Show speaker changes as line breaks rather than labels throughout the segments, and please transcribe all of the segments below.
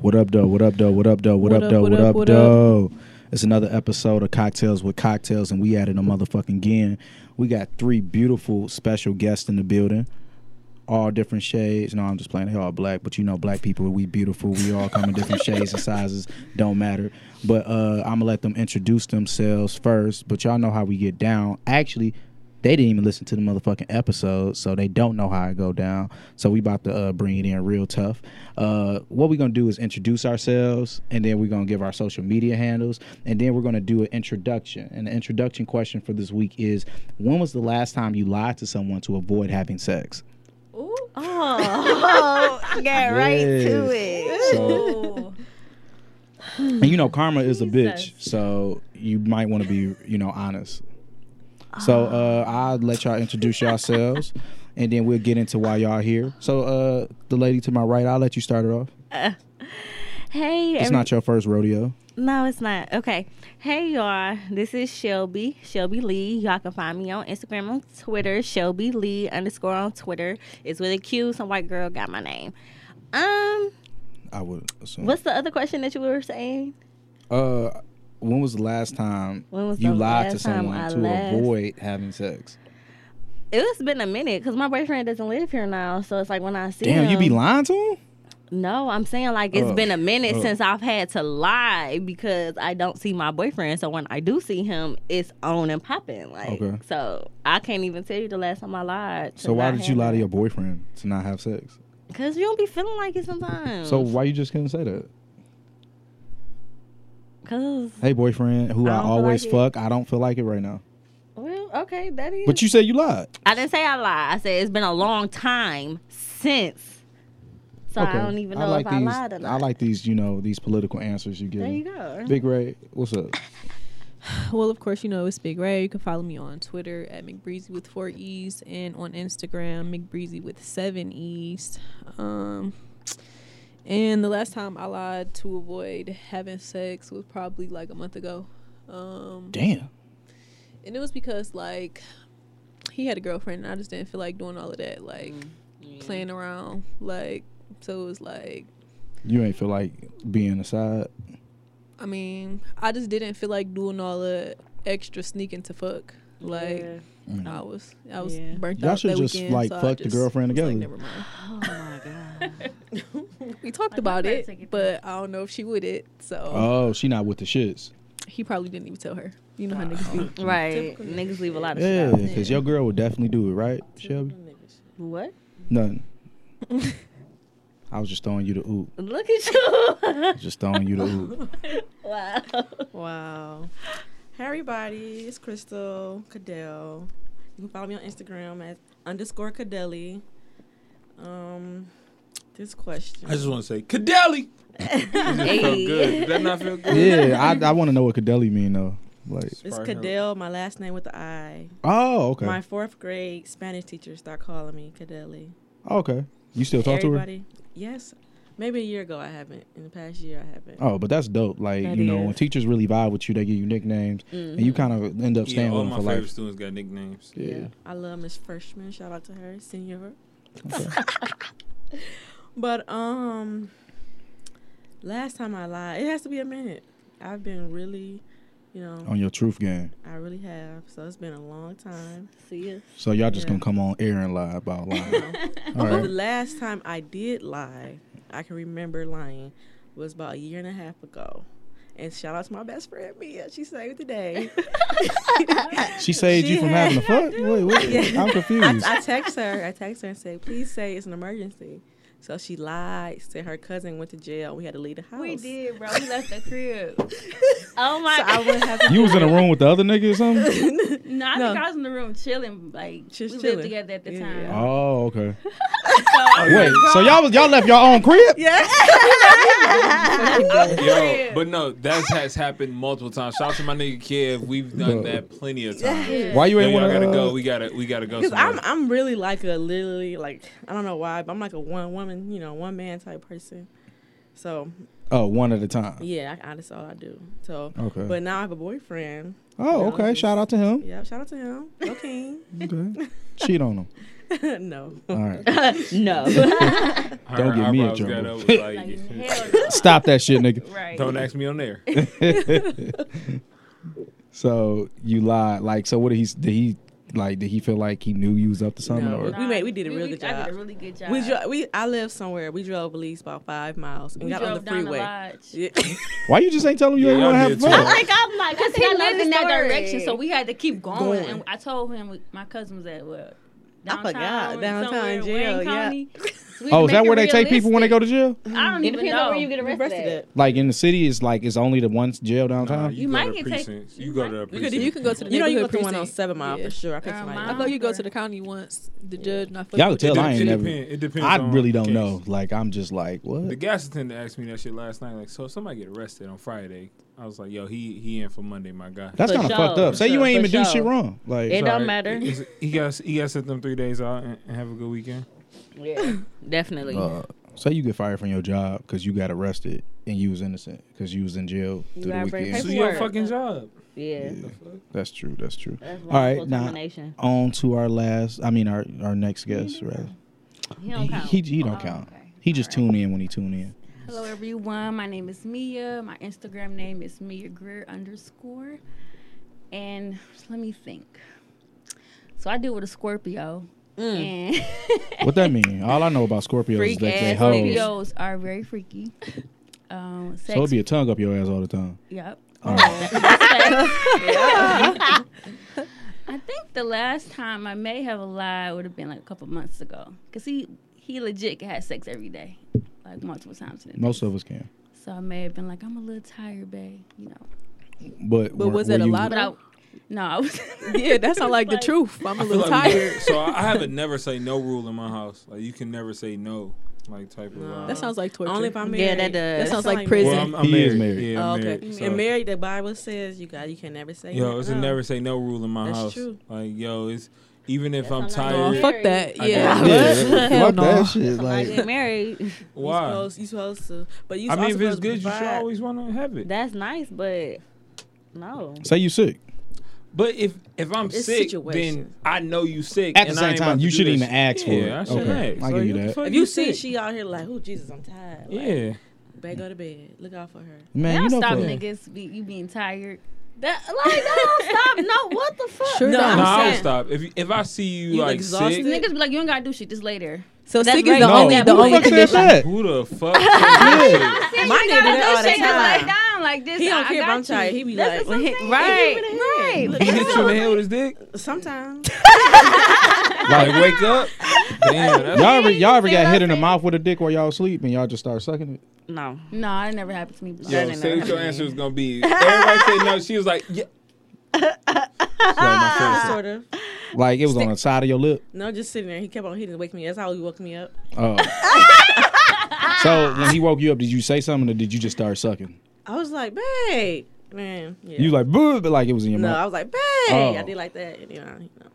What up, doe? What up, doe? What up, doe? What, up, doe? What, up, doe? It's another episode of Cocktails with Cocktails, and we added a motherfucking again. We got three beautiful special guests in the building, all different shades. No, I'm just playing. They're all black, but you know, black people, we beautiful. We all come in different shades and sizes. Don't matter. But uh, I'm gonna let them introduce themselves first. But y'all know how we get down. Actually, they didn't even listen to the motherfucking episode, so they don't know how it go down. So we about to uh, bring it in real tough. Uh, what we gonna do is introduce ourselves, and then we're gonna give our social media handles, and then we're gonna do an introduction. And the introduction question for this week is: When was the last time you lied to someone to avoid having sex?
Ooh.
Oh, got right to it.
So,
Ooh.
and you know, karma is a bitch,
Jesus.
so you might want to be, you know, honest. So
Ah.
uh, I'll let y'all introduce yourselves, and then we'll get into why y'all here. So uh, the lady to my right, I'll let you start it off.
Hey,
It's
every-
not your first rodeo.
no, it's not. Okay, hey y'all, this is Shelby, Shelby Lee. Y'all can find me on Instagram, on Twitter, Shelby Lee underscore on Twitter. It's with a Q. Some white girl got my name. Um,
I would assume.
what's the other question that you were saying?
uh, when was the last time
When was
you
the
lied to
last time
someone
I
to
lied?
avoid having sex?
It's been a minute because my boyfriend doesn't live here now, so it's like when I see
Damn,
him.
you be lying to him?
No, I'm saying like it's
Oh,
been a minute
oh.
since I've had to lie because I don't see my boyfriend. So when I do see him, it's on and popping. Like
Okay.
so, I can't even tell you the last time I lied.
So why did you lie to your boyfriend to not have sex?
Because you don't be feeling like it sometimes.
So why you just couldn't say that?
because
Hey boyfriend, who
I
I,
don't feel
always
like it.
fuck, I don't feel like it right now.
well, okay, that is.
But you said you lied.
I didn't say I lied. I said it's been a long time since. So I don't even know if
these,
I lied or not.
I like these, you know, these political answers you give.
There
me.
you go.
Big Ray, what's up?
Well, of course, you know it's Big Ray. You can follow me on Twitter at McBreezy with four E's and on Instagram, McBreezy with seven E's. Um, and the last time I lied to avoid having sex was probably like a month ago. Um,
Damn.
and it was because like he had a girlfriend and I just didn't feel like doing all of that, like playing around, like so it was like
You ain't feel like being aside.
I mean, I just didn't feel like doing all the extra sneaking to fuck. Like
Yeah.
I was, I was
Yeah.
burnt
Mm. Y'all
out
should
that
just,
weekend,
like,
so I
fuck the
just
girlfriend
was like,
together.
Never mind.
Oh my god.
We talked
Like,
about
I better
it,
take it
but I don't know if she with it. So
Oh, she not with the shits.
he probably didn't even tell her. You know how niggas be.
Right.
Typical
Niggas leave a lot of
Yeah,
stuff.
because your girl would definitely do it, right, Shelby?
What?
Nothing. I was just throwing you the oop.
Look at you.
Just throwing you the oop.
wow.
Wow. Hey everybody, it's Crystal Cadell. You can follow me on Instagram at underscore Cadelli. Um, this question.
I just want to say, Cadelli. That felt
Hey.
good. Did that not feel good?
Yeah, I, I want to know what Cadelli mean though. Like,
it's
Fire
Cadell, my last name with the I.
oh, okay,
My fourth grade Spanish teacher started calling me Cadelli.
okay. You still talk to her?
Everybody, yes. Maybe a year ago I haven't. In the past year I haven't.
Oh, but that's dope. Like,
That
you know,
is.
when teachers really vibe with you, they give you nicknames, and you
Mm-hmm.
kind of end up
Yeah,
staying
all
with
my
them for
favorite
life.
students got nicknames.
Yeah.
I love Miss Freshman. Shout out to her, senior.
Okay.
But um, last time I lied, it has to be a minute. I've been really, you know,
On your truth game.
I really have. So it's been a long time.
See ya.
So y'all just
Yeah.
gonna come on air and lie about lying. All
But the
right.
last time I did lie, I can remember lying, was about a year and a half ago. And shout out to my best friend Mia. She saved the day.
She saved
Oh, She
you from having a fuck. Wait, wait. I'm
I,
confused.
I text her. I text her and say, please say it's an emergency. So she lied. Said her cousin went to jail. We had to leave the house.
We did, bro. We left the crib. oh my
So I
god.
wouldn't have to
you was in a room with the other nigga or something.
no, I
No.
think I was in the room chilling. Like
Just
we
chilling.
lived together at the
Yeah.
time.
Oh, okay.
So,
Wait. So y'all was y'all left your own crib?
Yeah.
Yo, but no, that has happened multiple times. Shout out to my nigga Kev. We've done that plenty of times.
Why you
Yo,
ain't
y'all
want to
gotta go. We gotta, we gotta go.
Because I'm,
somewhere.
I'm really like a literally like I don't know why, but I'm like a one woman, you know, one man type person. So
Oh, one at a time.
yeah, I, I, that's all I do. So,
Okay.
but now I have a boyfriend.
oh,
Yeah,
okay.
just-
Shout out to him.
Yeah, shout out to him. Okay,
Okay. Cheat on him.
no.
All right.
no.
Her
Don't get me in
eyebrows got
trouble.
up, like,
Stop that shit, nigga.
right.
Don't ask me on there.
So you lied. Like, so what did he? Did he like? Did he feel like he knew you was up to something?
No.
or
We made- we did a really good
I did
job.
a really good job.
We dro- we I live somewhere. We drove at least about five miles. And
We
got
drove
on the
down the
freeway.
lodge.
Yeah.
why you just ain't telling him you
Yeah,
ain't want to
y'all
have
did
fun?
too.
Like I'm like, because he
I know
lived
the
in that
story.
direction, so we had to keep going.
Going.
And I told him we, my cousin was at what
I
downtown,
forgot. Downtown
somewhere in
jail,
Wayne
yeah. Mm-hmm.
County. So we had
Oh, is
to make
that
it
where they take people when they go to jail?
realistic. I don't
It
even
depends
know.
on where you get arrested.
Arrested it.
Like in the city, it's like it's only the one jail
Nah,
downtown.
you,
might
go to
get take-
precincts. You go to the
You could
precinct.
you can go to
the
the you know you go
neighborhood
to one on
precinct.
seven mile
Yeah.
for sure. I picked
Girl,
somebody.
I
mine-
else.
thought you go to
Or-
the county once. The judge not. fucking
Y'all can
with
tell
you.
I ain't
it
never.
Depend, it depends.
I
on
really
the
don't
case.
know. Like I'm just like
The
what?
gas attendant asked me that shit last night. Like, so if somebody get arrested on Friday. I was like, yo, he he in for Monday, my guy.
That's
For
kind of
sure,
fucked up.
for
Say you
sure,
ain't
for
even do
sure.
shit wrong. Like
It
It's
don't
all right.
matter.
It's- He got he got set them three days out and, and have a good weekend.
Yeah, definitely.
uh, say you get fired from your job because you got arrested and you was innocent because you was in jail through the
gotta bring
weekend.
So
paperwork.
your fucking job.
yeah.
That's true. That's true.
That's
All right,
wrongful
now-
termination.
On to our last. I mean our our next guest. Rather.
He don't count.
He, he, he don't count.
okay.
He just tuned in when he tuned in.
Hello, everyone. My name is Mia. My Instagram name is Mia Greer underscore. And just let me think. So I deal with a Scorpio.
Mm.
And
What that mean? All I know about Scorpios is
Freak
that they
ass
hoes.
Scorpios are very freaky. Um, sex,
So it'd be a tongue up your ass all the time.
yep.
Oh.
All right.
I think the last time I may have lied would have been like a couple months ago, cause he he legit had sex every day, like multiple times. In a day.
Most of us can.
So I may have been like, I'm a little tired, babe. You know.
But
But
were-
was it
were
a
you-
lot
But I, no, I was.
Yeah, that's not like the
Like-
truth. I'm a
I feel
little
like we-
tired.
so I I have a never say no rule in my house. Like you can never say no, like type of. Uh,
That sounds like torture.
Only if I'm married.
Yeah, that does.
That sounds
sound
like prison.
Well, I'm, I'm
He is
married.
married.
Yeah,
Oh,
I'm
okay.
married. So,
and married, the Bible says you got you can never say
yo, it's
no.
a never say no rule in my
That's
house.
true.
Like yo, it's even if I'm
That's not
Oh,
tired.
normal.
fuck that.
I
Yeah.
got it.
Yeah,
Hell
fuck
no.
that shit.
I
Like,
get married.
You
Why?
supposed, you supposed to, but you.
I mean,
also
if it's
supposed to
good, you should
provide.
always want to have it.
That's nice, but no.
say you sick.
But if if I'm
It's
sick,
situations.
then I know you sick.
At the
and
same
I ain't
time,
about to
you
do
shouldn't
this.
even ask for
yeah,
it.
I shouldn't
Okay.
ask.
I
So
give you
what the
that.
fuck
If you see
sick?
she out here like, oh Jesus, I'm tired. Like, yeah.
yeah,
Babe, go to bed. Look out for her.
Man,
Y'all
you know
stop,
for-
niggas. Be, you being tired.
That, like, no, stop. No, what the fuck?
Sure.
No,
no,
I'm
I would
saying-
stop. If you- if I see you,
You
like
exhausted?
sick,
Niggas be like, you don't gotta do shit. Just lay there.
So
That's
sick is
right.
the
No.
only
Who
the
the
only
fuck said
condition.
that?
who the fuck? said that shit?
Said
My
you
nigga
gotta
do that
do
all the
shit, just
time.
lay down like this.
He don't
I
care if
got
I'm
you.
tired. He be like,
That's what I'm
Right.
saying. Right.
He hit you in the head with his dick.
Sometimes.
Like wake up. Damn, that's
Y'all ever, y'all ever got hit in the mouth with a dick while y'all asleep and y'all just start sucking it?
No.
No, it never happened to me.
Yo,
That
say
ain't
what your answer was gonna be. Everybody said no. She was like, yeah. She's like, my friend
sort of.
Like it was on the side of your lip.
No, just sitting there. He kept on hitting, wake me. up. That's how he woke me up.
Oh. so when he woke you up, did you say something or did you just start sucking?
I was like, babe, man. Yeah.
You like boo, but like it was in your
no, I
mouth.
was like, babe.
Oh.
I did like that. And, you know, you know.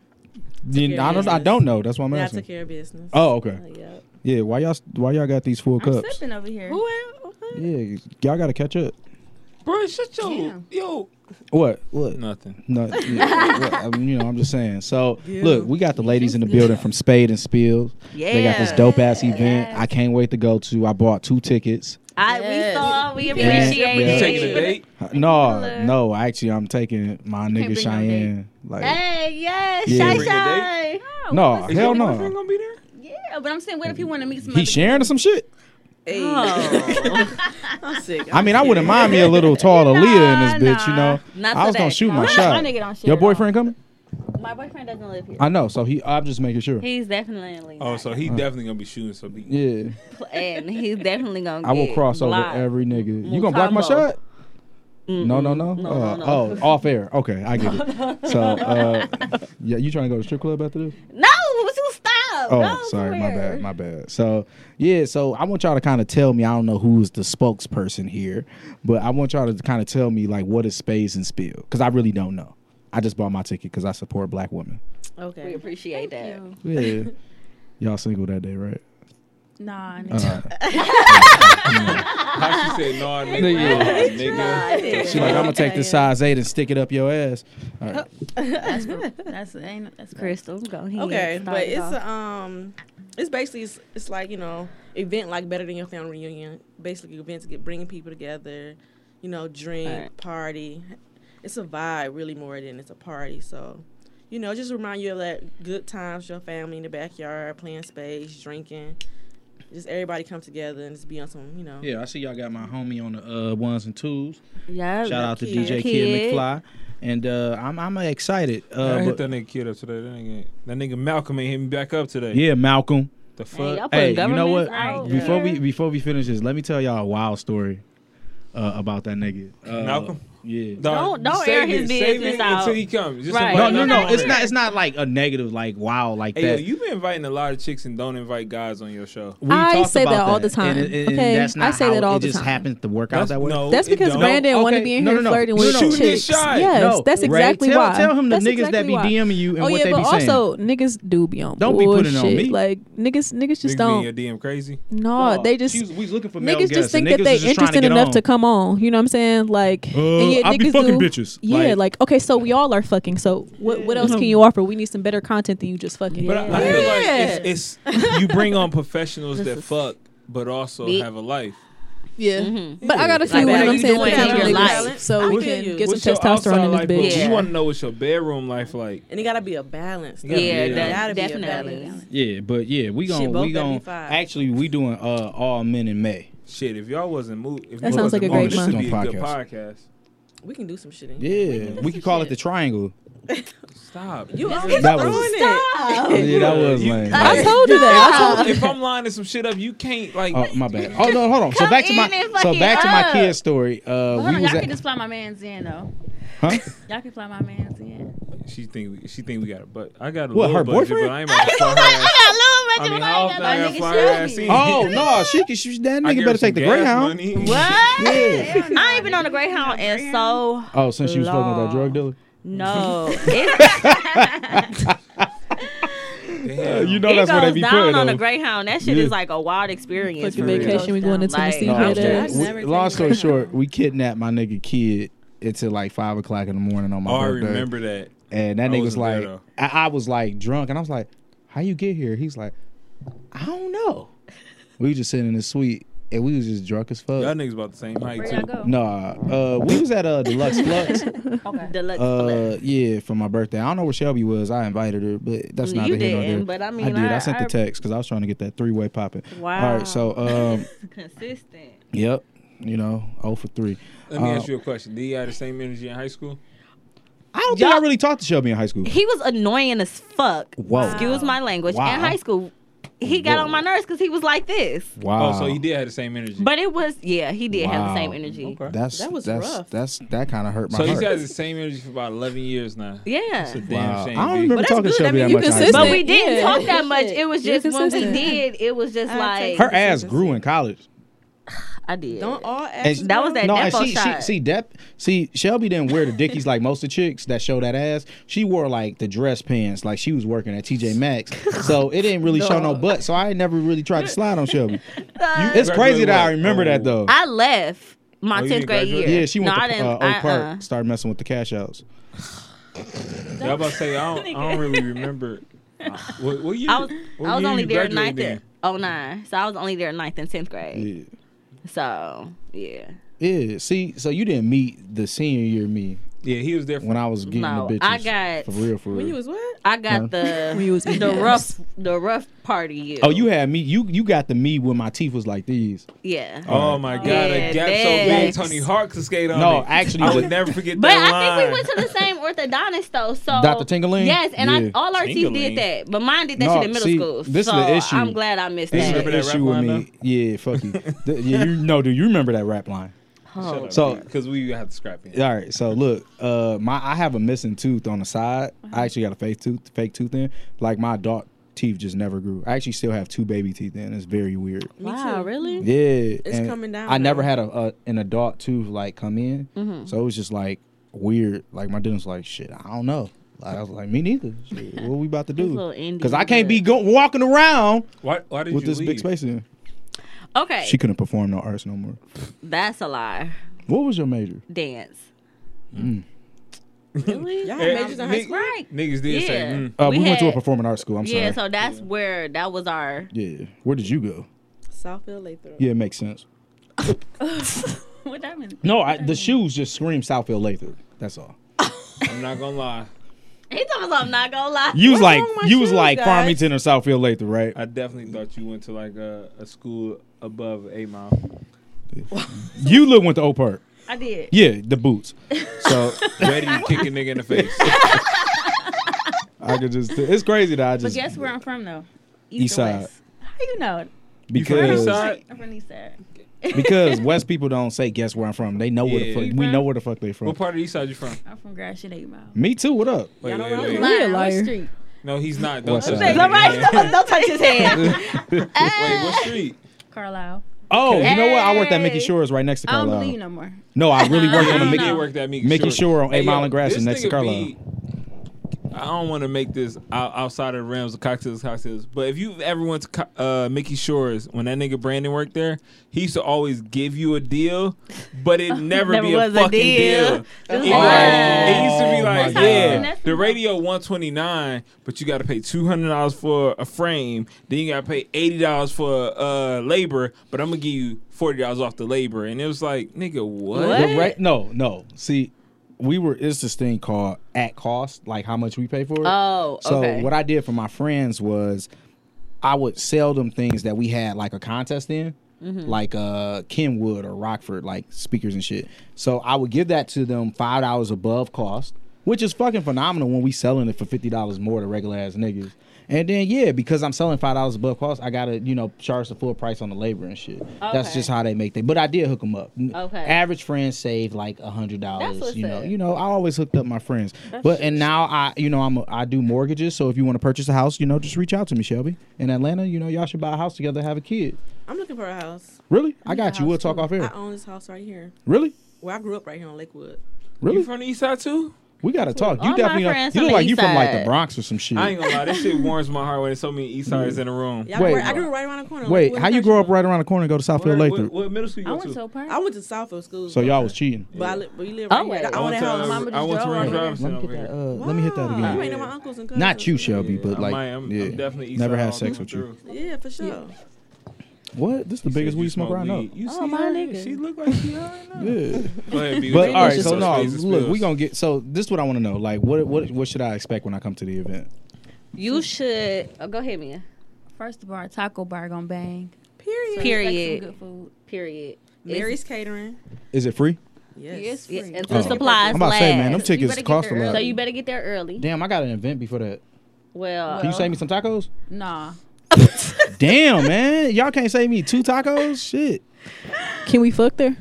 Then-
yeah,
I, don't, I
yes.
don't know. That's why I'm
Yeah, I
asking.
took care of business.
Oh, okay.
Like, yeah.
Yeah, why y'all why y'all got these full
I'm
cups?
sipping over here.
Who else?
Yeah, y'all gotta catch up.
Bro, shut your
Damn.
yo.
What? What?
Nothing.
No, yeah, what- I mean, you know, I'm just saying. So look, we got the ladies in the
Yeah.
building from Spade and Spills.
Yeah.
They got this dope ass event. I can't wait to go to. I bought two tickets.
I,
Yes.
We saw. We
Yes.
appreciate
You
Yeah.
it.
taking a date?
No, no, actually, I'm taking my nigga
can't bring no date.
Cheyenne. Like,
Hey, yes.
Yeah.
Shy
Bring a
Shy.
date?
no,
Is
hell
your
no.
boyfriend gonna be there?
Yeah, but I'm saying, what if he want to meet some?
He
other-
sharing some shit.
Hey.
Oh.
I'm sick.
I mean, I wouldn't mind me a little taller Leah in this bitch, you know.
Not
I was
today.
gonna shoot my
My
shot.
nigga don't share
Your
at all.
boyfriend coming?
My boyfriend doesn't live here.
I know, so he. I'm just making sure.
He's definitely.
Oh,
not.
so he definitely gonna be shooting some beat.
Yeah,
and he's definitely gonna.
I will
get
cross over
blocked.
every nigga. You gonna block my
Mutombo.
shot? No, no, no.
No,
Uh,
no, no.
Oh, off air. Okay, I get it. So, uh, yeah, you trying to go to strip club after this?
No, would you stop?
Oh,
no,
sorry, my
swear.
bad, my bad. So, yeah, so I want y'all to kind of tell me. I don't know who's the spokesperson here, but I want y'all to kind of tell me like what is Spades and Spill because I really don't know. I just bought my ticket because I support black women.
We
Okay.
appreciate that.
Yeah, y'all single that day, right?
Nah,
All
nigga.
right.
said, nah,
Nigga.
nigga. Nah,
Nah,
nigga.
nigga.
She like, I'm gonna take this size eight and stick it up your ass. All right.
That's for, that's ain't that's Chris.
Crystal, go ahead.
Okay,
Start
but
it
it's
off.
a, um, it's basically it's, it's like you know event like better than your family reunion. Basically, events get bringing people together, you know, drink
Alright.
party. It's a vibe really more than it's a party. So, you know, just remind you of that good times, your family in the backyard playing space, drinking. Just everybody come together and just be on some, you know.
Yeah, I see y'all got my homie on the uh, ones and twos.
Oh,
yeah.
Shout out to
Kid.
DJ Kid,
Kid.
McFly, and uh, I'm I'm excited.
I
Uh,
hit
but-
that nigga kid up today. That nigga, that nigga Malcolm ain't hit me back up today.
yeah, Malcolm.
The
Man,
fuck?
y'all putting
Hey, you know
governments
what?
out
Before
there.
we before we finish this, let me tell y'all a wild story uh, about that nigga. Uh,
Malcolm?
Yeah.
Dog,
don't
save
air his
it, save
business
it
out.
until he comes. Just
Right.
No,
invite
no,
Malcolm
no.
on
It's
here.
not. It's not like a negative, like wow, like
Hey, yo,
that.
you've been inviting a lot of chicks and don't invite guys on your show.
we
I
talked
say
about
that all the time,
And, and- and
okay?
that's
I
not
say
how
that all
it
the
just
time.
happens to work out that way.
no,
That's
it
because
don't.
Brandon
okay,
want to be in
no,
here
no, no.
flirting
No,
with
no, no.
Shooting his
chicks.
shot.
Yes,
No,
that's
Ray,
exactly
tell,
why.
Tell him the
That's
niggas that
exactly
be
why.
DMing you and
oh
what
yeah,
they
but
be saying.
also niggas do be on
Don't be
bullshit.
putting it on me.
Like niggas, niggas just
Niggas
don't.
be in your DM crazy.
No, they just
She was- we was looking for male
niggas
guests,
just think
and
that
niggas
they
was just trying
interested
get
enough
on.
to come on. You know what I'm saying? Like, and
I be
niggas
fucking
do-
bitches.
Yeah,
Like-
like, okay, so we all are fucking. So what? What else can you offer? We need some better content than you just fucking.
But I, I feel like it's, it's you bring on professionals that
is-
fuck, but also
Big.
have a life.
yeah.
Mm-hmm.
But I got a
Like,
few.
what
Like,
are
I'm
you
saying
doing
female
in your
niggas,
life?
so we
I feel
can
you.
get some
What's your outside
testostown in this
life, but
bitch.
Yeah.
You want to know what's your bedroom life like?
And it gotta be a balance.
You
though.
gotta
Yeah,
be-
that-
Gotta be a
definitely.
balance.
Yeah, but yeah, we
Shit,
gon'
both
we
gotta be
gon'
five.
actually we doing uh all men in May.
Shit, if y'all wasn't moved, if
That
y'all
sounds like
wasn't
a great
moving, this would
month.
be a good podcast.
We can do some shit in here.
Yeah, we could call it the triangle.
Stop.
You always
That
throwing
was-
it.
yeah, that was
You-
lame.
I told you that. I told you.
if I'm lining some shit up, you can't like.
Oh my bad. Oh no, hold on. So back to my
in and
so
fucking
back to my
up.
kid story. Uh,
Hold
we
on,
was
y'all
at
can just fly my man's in though.
huh?
Y'all can fly my man's in.
She think we- she think we got a but I got a
What,
little
her
budget,
boyfriend?
but I ain't about to fly her ass.
I
I
got a
mean,
little
how often I
my
gotta
nigga
fly her ass
Shelby.
in?
Oh no, she can. She, that
I give
nigga
her
better take
some
the
gas
Greyhound.
money.
What?
Yeah.
I ain't been on a Greyhound and so
Oh, since she was fucking with that drug
Lord.
dealer.
no. It's,
Damn.
you know
it
that's what they
goes
be
down
putting on.
on a Greyhound. That shit
Yeah.
is like a wild experience.
Fucking
for real.
vacation, we going to
Like,
Tennessee.
No, I'm
Head
saying,
ass.
we-
Never
long
take
story
it.
short, we kidnapped my nigga kid until like five o'clock in the morning on my
Oh, I
birthday.
remember that.
And that
I
nigga was
wasn't
like,
there, though.
I, I was like drunk, and I was like, "How you get here?" He's like, "I don't know." We was just sitting in the suite, and we was just drunk as
Y'all
fuck.
niggas about the same height
Where
too.
y'all go?
Nah, uh, we was at uh, Deluxe Flux.
Deluxe
Uh, yeah, for my birthday. I don't know where Shelby was. I invited her, but that's not
You
a hit or
didn't,
there.
but I mean,
I did. I,
I-
sent
I-
the text because I was trying to get that three way popping. All
Wow.
right, so um,
consistent.
yep, you know, oh for three.
Let me
Uh,
ask you a question. Did you have the same energy in high school?
I don't think I really talked to Shelby in high
Oh,
school.
He was annoying as fuck.
Whoa.
Excuse my language.
Wow.
In high school, he got
Whoa.
on my nerves because he was like this.
Wow.
Oh, so you did have the same energy.
But it was, yeah, he did have the same
Wow.
energy.
Okay.
That's
That was
that's,
rough.
That's that kind of hurt my
so
heart.
you guys the same energy for about eleven years now.
Yeah.
It's a damn
wow. I don't
shame. B.
remember
But that's
talking to
good. That
Shelby
mean
that
you
much. in high
consistent.
But
school.
we didn't
Yeah.
talk that much. It was
You're
just when we
consistent.
did, it was just like
Her ass grew in college.
I did.
Don't all
And
ask.
That was that
no, and
defo
she, she
shot.
see that see Shelby didn't wear the dickies like most of the chicks that show that ass. She wore like the dress pants, like she was working at TJ Maxx, so it didn't really show no butt. So I ain't never really tried to slide on Shelby. It's
graduated
crazy that I
what?
remember that though.
Uh, I left my
Oh, you
tenth
didn't
grade
graduate?
year.
yeah, she went
no, I
to
didn't.
uh, Oak
uh-uh.
Park, started messing with the cash outs.
Y'all about to say I don't, I don't really remember. Uh, what, what year?
I was
what
I was
year
only
you
there
graduated
ninth.
then?
and- Oh nine. So I was only there ninth and tenth grade.
Yeah.
So yeah.
yeah, see, so you didn't meet the senior year me
Yeah, he was there. For,
when I was getting
No,
the bitches.
I got-
for real, for real.
When you was what?
I got
When you
the
was in
the
there.
rough the rough party year.
Oh, you had me. You you got the me when my teeth was like these.
yeah.
oh my god, a
Yeah,
gap so big,
thanks.
Tony Hawk could skate on.
No,
it.
actually,
I
the-
would never forget
But
that
I think we
line.
went to the same orthodontist though. So
Dr. Tingeling?
Yes, and
Yeah.
I all our teeth
Tingeling.
did that, but mine did that
No,
shit in middle
see,
school.
this is
so
the issue.
I'm glad I missed
This is
that.
Remember
the
that rap
issue with
line,
me. Yeah, fuck you. The- yeah, you no, do you remember that rap line?
Oh.
So-
because we had to scrap it.
All right, so look, uh, my I have a missing tooth on the side. I actually got a fake tooth, fake tooth in. Like my adult teeth just never grew. I actually still have two baby teeth in. It's very weird.
Wow, really?
Yeah,
It's
and
coming down
I never
now.
had a, a an adult tooth like come in,
Mm-hmm.
so it was just like weird. Like my dentist, was like shit, I don't know. Like, I was like, me neither. Shit, what we about to
It's a little
do?
indie,
Because I can't be
but-
go- walking around
Why? Why did
with
you
this
leave?
big space in.
Okay.
She couldn't perform no arts no more.
That's a lie.
What was your major?
Dance.
Y'all
Yeah,
had majors in high
nig-
school.
Niggas did say,
Yeah.
mm.
Uh, we,
We
went to a
had-
performing arts school. I'm
yeah,
sorry.
so that's where that was our
yeah. Where did you go?
Southfield Lathrop.
Yeah, it makes sense.
what that mean?
No, I, the shoes just scream Southfield Lathrop. That's all.
I'm not gonna lie.
He told us I'm not gonna lie.
You was like
wrong with my
you was
shoes,
like
guys?
Farmington or Southfield Lathrop, right?
I definitely thought you went to like a, a school above eight mile.
you live went to Oak Park.
I did.
Yeah, the boots. So
Ready to kick a nigga in the face.
I could just. It's crazy that I
But
just
guess where I'm from though?
East
or
side.
West? How you know? it?
from East
because
Side?
I'm from East Side.
because West people don't say guess where I'm from. They know where the
Yeah.
fuck we know where the fuck they from.
what part of the East Side you from?
I'm from Gratiot Eight Mile.
Me too. What up?
Wait,
Y'all
wait,
don't
wait.
know.
Liar,
What
liar.
street?
No, he's not. Don't
What's
touch
that?
that.
Somebody
nigga.
don't, don't touch his hand.
Wait, what street?
Carlisle.
Oh, you know what? I worked at
Hey.
Mickey Shores right next to
I don't believe you
Carlisle.
no more.
No, I really worked on a
You
Mickey.
did work that Mickey,
Mickey Shore on Eight Mile
yo,
and Grass
this
is next to
nigga
Carlisle.
be- I don't want to make this out, outside of the realms of cocktails, cocktails. But if you've ever went to co- uh, Mickey Shores, when that nigga Brandon worked there, he used to always give you a deal, but it never,
Never
be a
was a
fucking
deal.
deal.
Just
It,
like-
it used to
Oh,
be like,
my
yeah,
God.
the radio 129, but you got to pay $200 for a frame. Then you got to pay $80 for uh, labor, but I'm going to give you $40 off the labor. And it was like, nigga, what?
The re- no, no. See, we were. It's this thing called at cost, like how much we pay for it.
Oh,
So
okay.
what I did for my friends was I would sell them things that we had like a contest in,
Mm-hmm.
like uh Kenwood or Rockford, like speakers and shit. So I would give that to them five dollars above cost, which is fucking phenomenal when we selling it for fifty dollars more to regular ass niggas. And then yeah, because I'm selling five dollars above cost, I gotta you know charge the full price on the labor and shit. That's
Okay.
just how they make things. But I did hook them up. N-
Okay.
Average friends save like a hundred
That's
dollars.
what's
You know,
up.
you know, I always hooked up my friends. but and now I, you know, I'm a, I do mortgages. So if you want to purchase a house, you know, just reach out to me, Shelby. In Atlanta, you know, y'all should buy a house together, have a kid.
I'm looking for a house.
Really? I
need a
got you. We'll
house,
talk
too.
off
I
air.
own this house right here.
Really?
Well, I grew up right here on Lakewood.
You
Really?
from the East Side too?
We gotta talk. You
All my
definitely know.
friends
You
from
look
the
like you
east
from like the
side.
Bronx or some shit.
I ain't gonna lie, this shit warms my heart when there's so many East Siders in the room.
Y'all
Wait.
were- I grew up right around the corner. on
Wait,
Lakewood
how you
Country
grow up
Club.
right around the corner and go to Southfield
Where-
Lathrop?
What, what middle school you
I
go
went to
to?
a park.
I went to Southfield School.
So y'all was cheating.
But I li- but we live
Oh,
right here.
wait.
I
I
own that
went to,
house.
Mama
I went to
Joe.
Ram
Let
Robinson
me
over
get that.
here.
Uh, Let me hit that
Wow. You ain't
again.
know my uncles and cousins.
Not you, Shelby, but
I
like,
might- I'm,
yeah,
I'm definitely East
never
Side
had
all
sex
the
with
way
you.
through.
Yeah, for sure.
What? This is the biggest
Said you
weed smoker I know.
weed. You see
Oh, my
her?
nigga.
She look like she high now.
Yeah.
Go ahead, B.
But
Let's
all right,
get
so
some
no,
space and
look,
spills.
we gonna get. So this is what I want to know. Like, what what what should I expect when I come to the event?
You should oh, go ahead, Mia.
First of all, our taco bar gonna bang.
Period.
Expect some
Period.
good food.
Period.
Mary's catering.
Is it free?
Yes.
Yeah, it's free.
Yeah, and
Oh.
the supplies
I'm about to say, man, them
last.
tickets
better get
cost a
there
lot.
early.
So you better get there early.
Damn, I got an event before that.
Well, uh,
Can you save me some tacos?
Nah.
Damn, man, y'all can't save me two tacos. Shit.
Can we fuck there?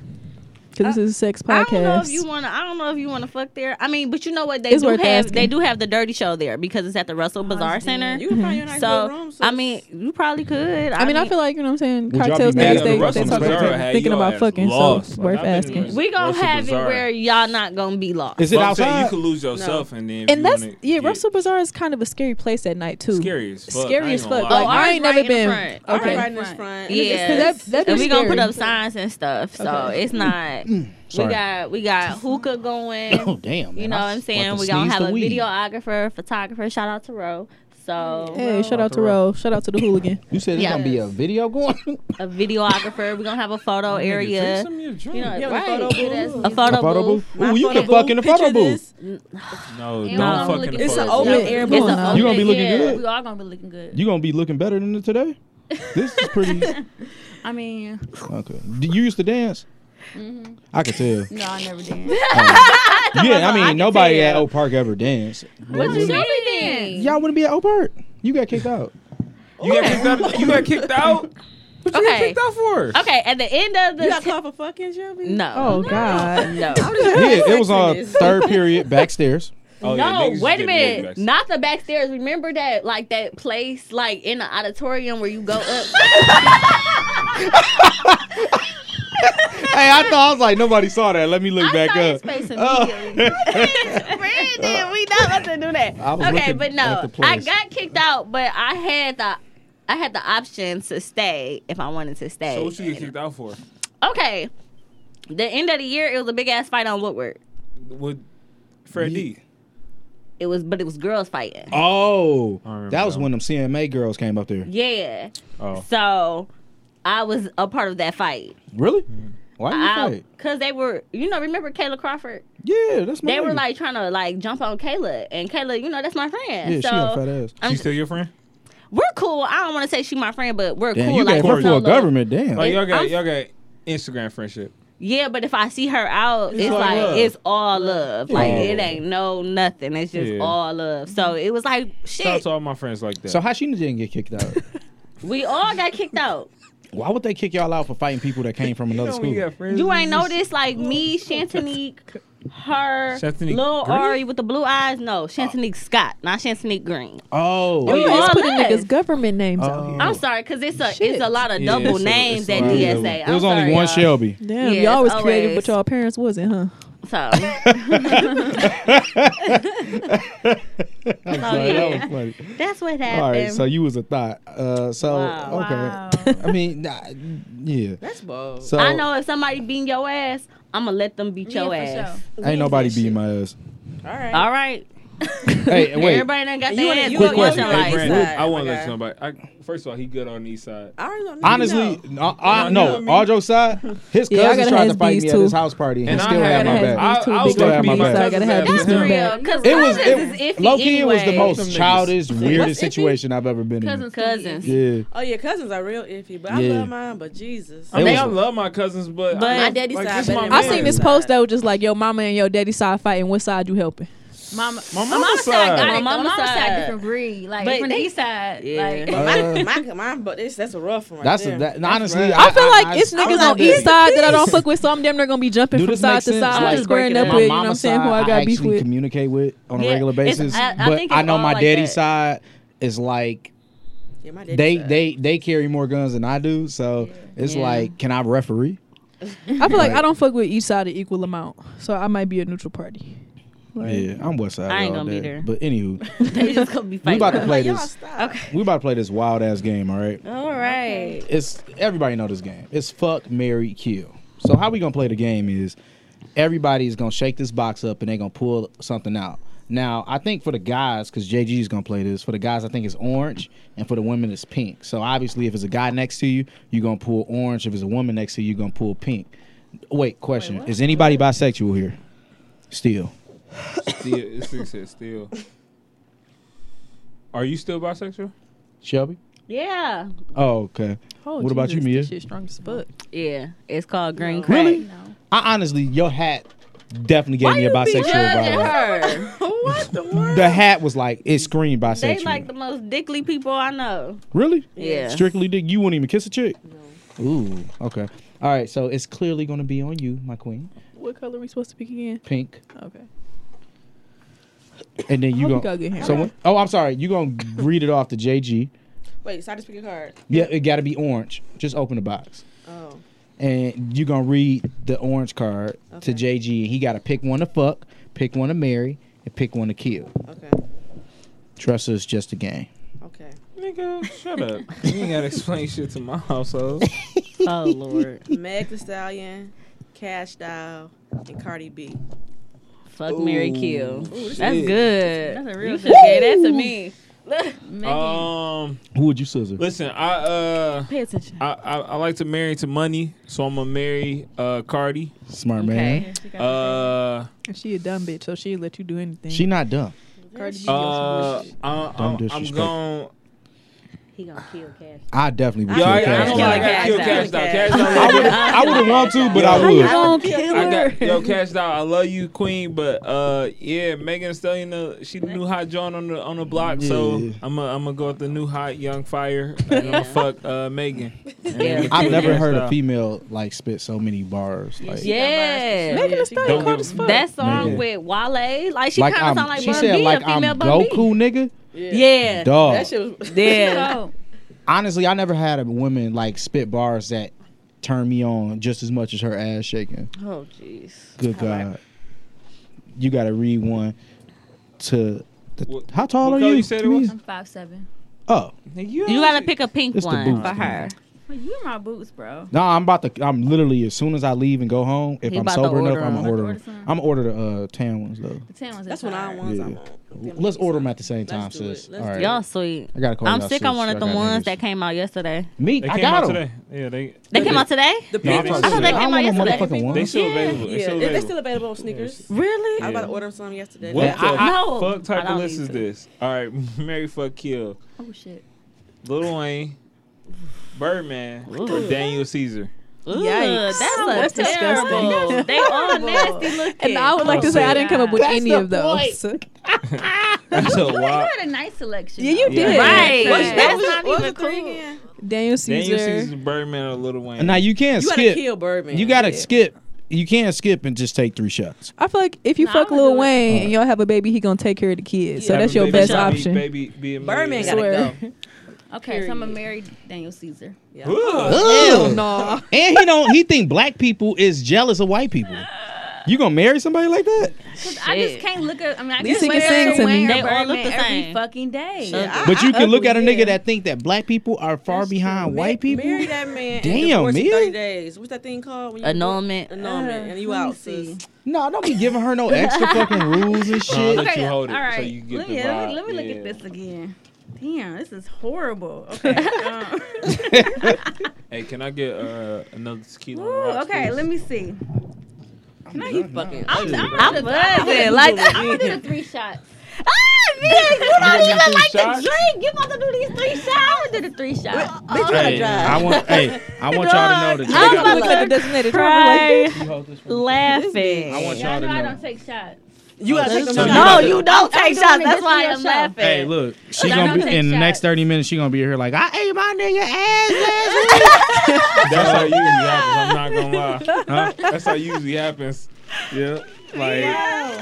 Because this is a sex
I
podcast.
don't know if you want to. I don't know if you want to fuck there. I mean, but you know what? They
It's
do
worth
have. They
asking.
do have the dirty show there because it's at the Russell Bazaar Center.
You can find your nice
so
little room. So
I mean, you probably could.
I mean, I feel like you know what I'm saying.
y'all be
Cocktails
mad
niggas,
if
they,
the
they
Russell
talk about
Bazaar
had
thinking
y'all
about
ass
fucking,
lost.
so
Like,
worth
I've been
asking.
raised-
we gonna
Russell
have
Bazaar.
it where y'all not gonna be lost.
Is it
But I'm saying
outside?
You could lose yourself and then. if
And
you
that's
wanna
yeah.
get
Russell Bazaar is kind of a scary place at night too.
Scary as fuck. I
Scary
ain't
as
gonna
fuck.
lie.
Like I
Ours
ain't never
right in the
been.
front.
I'm
Okay.
right in this
Front.
front. And
Yeah,
that- that'd be
and we gonna put
scary.
up signs and stuff. So
Okay. Mm.
it's not.
Sorry.
We got we got hookah going.
Oh damn.
You
man,
know
I
what I'm saying?
fucking
We're gonna
sneezed
have
the
a
weed.
videographer, photographer. Shout out to Ro. So
Hey, shout out to Ro. Shout out to the hooligan.
You said it's
Yeah.
gonna be a video going.
a videographer. We're gonna have a photo
Nigga, drink
area.
some of your drink.
You know,
Yeah, the
right.
photo booth.
A photo,
A photo
booth.
booth.
my
Ooh, you
photo
can fuck in the photo
Picture
booth.
this.
No,
You
don't
know,
fuck in the
It's an
photo
open
booth.
air
It's an
bar.
You gonna be
open-
looking
yeah.
good?
We all gonna be looking good.
You gonna be looking better than today. This is pretty.
I mean,
okay. Do you used to dance?
Mm-hmm.
I could tell.
no, I never did.
yeah, I mean, nobody at
tell.
Oak Park ever danced.
What you
Really?
everything?
Y'all wouldn't be at Oak Park. You got kicked out.
You got kicked out. You got kicked out. What you got
Okay.
kicked out for?
Okay, at the end of the
You got called for fucking Shelby?
no,
Oh God.
no,
yeah, it was
Sex
on
in this.
third period backstairs.
Oh, yeah,
no.
niggas is
wait a
getting laid back.
minute, not the back stairs. Remember that, like that place, like in the auditorium where you go up.
hey, I thought I was like nobody saw that. Let me look back
saw his
up.
face
Oh.
Brandon, we not about to do that.
I was
Okay,
looking
but
at
no,
the
I
place.
got kicked out, but I had the I had the option to stay if I wanted to stay.
So what you get kicked out for?
okay. The end of the year, it was a big ass fight on Woodward.
With Fred D.
It was, but it was girls fighting.
Oh,
I remember
that was
that
when them CMA girls came up there.
Yeah.
Oh.
So I was a part of that fight.
Really? Why you
I,
fight?
Cause they were, you know, remember Kayla Crawford?
Yeah, that's my.
They were
nigga.
like trying to like jump on Kayla, and Kayla, you know, that's my friend.
yeah,
so
she a fat ass.
I'm-
She still your friend?
we're cool. I don't want to say she my friend, but we're
Damn,
cool.
you
like
gave her
we're
for a
so low.
government. Damn.
Like Oh, y'all got
I'm-
y'all got Instagram friendship.
Yeah, but if I see her out,
It's
it's,
all
like
love.
it's all love. Like
Yeah.
it ain't no nothing. It's just
Yeah.
all love. So it was like
Shout out
shit.
to all my friends like that.
So how she didn't get kicked out?
We all got kicked out.
Why would they kick y'all out for fighting people that came from
You
another
know when
school?
you got friends
You
who
ain't
just-
noticed like me, Shantanique, her,
Shantanique
Lil
Green?
Ari with the blue eyes. No, Shantanique Scott, not Shantanique Green.
Oh,
We
you
always
all
putting
left.
niggas' government names
Oh.
out here.
I'm sorry, cause it's a
Shit.
it's a lot of
Yeah,
double
it's a-
names
it's a
at
lot of double-
DSA.
It was only one
show.
Shelby.
Damn,
Yes,
y'all was creative,
always.
but y'all parents wasn't, huh?
So
I'm
sorry, that yeah. was
funny.
that's what happened.
All right, so you was a thought. Uh, so
Wow.
okay,
Wow.
I mean, nah, yeah.
That's bold.
So
I know if somebody beat your ass, I'ma let them beat your
Yeah, for
ass.
sure.
ain't nobody beating my ass.
All right.
All right.
Hey, and wait,
Everybody done got
You
their
wanna-
ass
you
beat
wanna-
with your
you
Hey,
lights.
wanna-
Brandon,
side.
I want to
Okay.
let you know about. I, first of all, he good on the east side.
I already don't know.
honestly,
You know.
no, I,
No,
no, all jokes aside, his
Yeah, I
cousin
gotta
tried
have
to fight
these
me at
too.
his house party. He
And
still
I
had my
had
gotta have
back.
I,
these two
I
big
was
Still
lucky
have
to
my
beat my
back.
So I gotta
cousins
have
at
these
the
That's
two
time.
back.
real. Cause
It was
cousins is
it,
iffy
low key. It was the
anyway.
most
Them niggas.
childish, weirdest
iffy?
situation I've ever been in.
Cousins.
cousins.
Yeah,
Oh yeah, cousins are real iffy, but I
Yeah.
love mine. But Jesus,
I
It
mean,
was-
I love my cousins, but,
But-
I,
my
like,
daddy's side
this
better
my
than
man.
I
Yeah.
seen this
Yeah.
post that was just like, "Yo, mama and your daddy side fighting. What side you helping?"
Mama,
My
my
mama's
mama's
side.
side, got
My
it. My
mama's
mama's side,
side.
different breed, like
But
from
they-
the east side.
yeah.
Like,
But my, my, my, but it's, that's a rough one. Right
Uh, that's
there.
a, that,
That's
honestly.
rough.
I, feel like it's
I-
niggas
I-
on east
I-
side that I don't fuck with, so I'm damn near gonna be jumping
Do
from
this make
side to
sense?
side,
Like,
just squaring
breaking
up
it
with. You know
my
what I'm
mama's
saying?
side,
Who I got beef
actually
with?
communicate with on a
Yeah,
regular
it's-
basis,
I- I
but
think
I
it's
know
all
my
like
daddy's side
that.
is like
Yeah, my daddy's
they
side.
they they carry more guns than I do, so it's
Yeah.
like can I referee?
I feel
Right.
like I don't fuck with each side an equal amount, so I might be a neutral party. Like,
Yeah, I'm west side.
I ain't
all
gonna be
day.
there.
But anywho,
they just gonna be
we
fighting.
about to play
Like, y'all
this.
stop.
Okay.
We about to play this wild ass game. All right,
All right.
it's everybody know this game. It's fuck, Mary kill. So how we gonna play the game is everybody's gonna shake this box up and they gonna pull something out. Now I think for the guys, because JG is gonna play this. For the guys, I think it's orange, and for the women, it's pink. So obviously, if it's a guy next to you, you gonna pull orange. If it's a woman next to you, you gonna pull pink. Wait, question: Is anybody bisexual here? Still,
Still, it's six says still. Are you still bisexual?
Shelby?
Yeah.
Oh, okay.
oh,
What about you,
Jesus,
Mia?
this Shit strong as fuck.
Yeah. It's called green crack.
Really?
No.
I honestly, your hat definitely gave me a bisexual
Judging
vibe.
her.
what the world?
The hat was like it screamed
they
bisexual.
like the most dickly people I know.
really?
Yeah.
Strictly dick. You wouldn't even kiss a chick. Ooh. Okay. All right. So it's clearly going to be on you, my queen.
What color are we supposed to pick again?
Pink,
Okay.
and then you
hope
go.
you got good hair.
So when- oh, I'm sorry. You gonna read it off to JG.
Wait, so I just pick a card.
Yeah, it got to be orange. Just open the box,
Oh,
and you gonna read the orange card to
Okay.
JG. and He got to pick one to fuck, pick one to marry, and pick one to kill.
okay,
Trust us, just a game.
okay.
Nigga, shut up. You ain't gotta explain shit to my household.
Oh Lord.
Meg Thee Stallion, Cash Doll, and Cardi B.
Fuck Mary Kill. That's
shit.
good.
That's a real
you should gave that to me.
Megan,
Um,
Who would you scissor?
listen, I uh,
Pay attention.
I, I I like to marry to money, so I'm gonna marry uh Cardi.
Smart man.
Okay.
she got
Uh,
And she a dumb bitch, so she let you do anything.
She not dumb.
Cardi B
uh,
on some bullshit.
I,
Don't
am
disrespect.
gonna.
He gonna kill Cash.
I definitely would
Yo,
kill
I, I
Cash
don't
Doll.
like I kill
Cash
Cash Doll.
Doll.
Cash
I
Doll.
would I would have loved to, but
How
I
How you
would.
gonna kill
I
her?
got yo Cash Doll. I love you, Queen, but uh, yeah, Megan Thee Stallion, uh, she the new hot John on the on the block, so
Yeah.
I'm gonna I'm gonna go with the new hot young fire. And I'm gonna fuck uh Megan. And
Yeah.
I'ma
I've
kill
never
Cash
heard a
Doll.
female like spit so many bars. Like,
she- Yeah.
Megan
Megan Thee Stallion
Don't
cold
give
as
a-
fuck.
That song
Yeah.
with Wale, like she
like
kind of
I'm,
sound like
she
Bun
said
B,
like
a
I'm
female Bun B.
Goku nigga.
Yeah.
Dog.
That shit was.
Uh,
Yeah.
oh,
So,
Honestly, I never had a woman like spit bars that turn me on just as much as her ass shaking.
Oh jeez.
Good God. You gotta read one to the,
What-
how tall
what
are
color
you?
you said it was?
Tamika?
I'm five seven.
Oh
You gotta pick a pink
It's the
one
boots,
for her.
man.
Wait, you in my boots, bro.
no, I'm about to. I'm literally as soon as I leave and go home. If
He
I'm
about to
sober enough,
order
I'm
'em.
gonna order.
Order
'em.
some.
I'm gonna order the uh, tan ones though.
The tan ones.
That's
what
what I want.
Yeah. Let's order them at the same
Let's
time,
do it.
sis. All
Let's do
right.
it.
Y'all sweet.
I gotta call
I'm
y'all,
sick
sis.
on one of
Y'all
the
got
ones
niggas.
that came out yesterday.
Me,
They
I
came
got
out
'em.
today. Yeah, they
They came out today?
The
No, I
pink
thought
ones.
so.
they
I
came
don't want
out
no
yesterday.
motherfucking
they
ones.
still available. They
Yeah,
still
they- they
available.
still available on sneakers.
Really?
I was about to
Yeah.
order some yesterday.
What
Yeah,
the
I-
No.
fuck
I
type
don't
of list
need
is
to.
this? All right, Mary fuck kill,
Oh shit.
Lil Wayne, Birdman, or
Ooh.
Daniel Caesar.
Ooh,
Yikes. That's
that's a
disgusting.
terrible. they all nasty looking.
And I would like to say I didn't come up with any of those.
That's a
You
wild.
had a nice selection.
Yeah, you
though.
did.
Right.
What-
That's
what was-
not
what was
even
the three
cool.
again?
Daniel
Daniel
Caesar.
Caesar, Birdman, or Lil Wayne.
Now you can't
You gotta
skip.
kill Birdman.
You gotta
Yeah.
skip. You can't skip and just take three shots.
I feel like if you
Nah,
fuck
I would do
Lil
it.
Wayne
Alright.
and y'all have a baby, he gonna take care of the kids. So
Yeah.
that's
Have a
your
baby,
best
shall be-
option.
Baby, be a
Birdman
millionaire.
gotta
Swear.
go.
Okay, so I'm gonna marry Daniel Caesar.
Yeah.
Ooh.
Ugh.
no.
And he don't. He think black people is jealous of white people. You gonna marry somebody like that?
Cause I just
Shit.
can't look at. I mean, I
Least
just
he
wear
can sing to me.
Wayne or
They all look
Birdman
the
every
same.
fucking day.
Shit.
I-
But you
I
can look
ugly,
at a
yeah.
nigga that think that black people are far behind white people.
Marry that man.
Damn,
and divorce in
Mia.
Thirty days. What's that thing called? When you-
Annulment.
Annulment.
Uh,
and you
let me
out,
see.
sis.
No, don't be giving her no extra fucking rules and
I'll
shit.
let you hold it
all right.
so you get
let,
the
me,
vibe.
let me look
Yeah.
at this again. Damn, this is horrible. Okay. um,
Hey, can I get uh, another tequila? on
ooh,
rocks,
okay,
please?
let me see. Can I get
Fucking.
I'm, I'm, gonna
I'm
do- I'm gonna
buzzing.
do
Like-
the- I'm gonna do the three shots.
Ah, bitch, you
gonna
don't
do
even
three
like
shots?
to drink. You about to do these three shots?
Do the three shots.
Bitch, you
Hey,
gotta drive.
I want, hey, I want y'all to know
I
that.
was
You gotta
about
look
to
at the designated driver
Cry
like
laughing.
I want
Y'all
y'all
know I
to know.
don't take shots.
You gotta take them.
No,
no,
out.
you don't
I'm
take
doing
shots.
it.
That's
This
why
is
I'm
your show.
laughing.
Hey, look, she
Y'all
gonna
don't
be in the
take
next
shots.
thirty minutes. She gonna be here like, I ate my nigga ass last week.
That's how usually happens. I'm not gonna lie. Huh? That's how usually happens. Yeah. Like,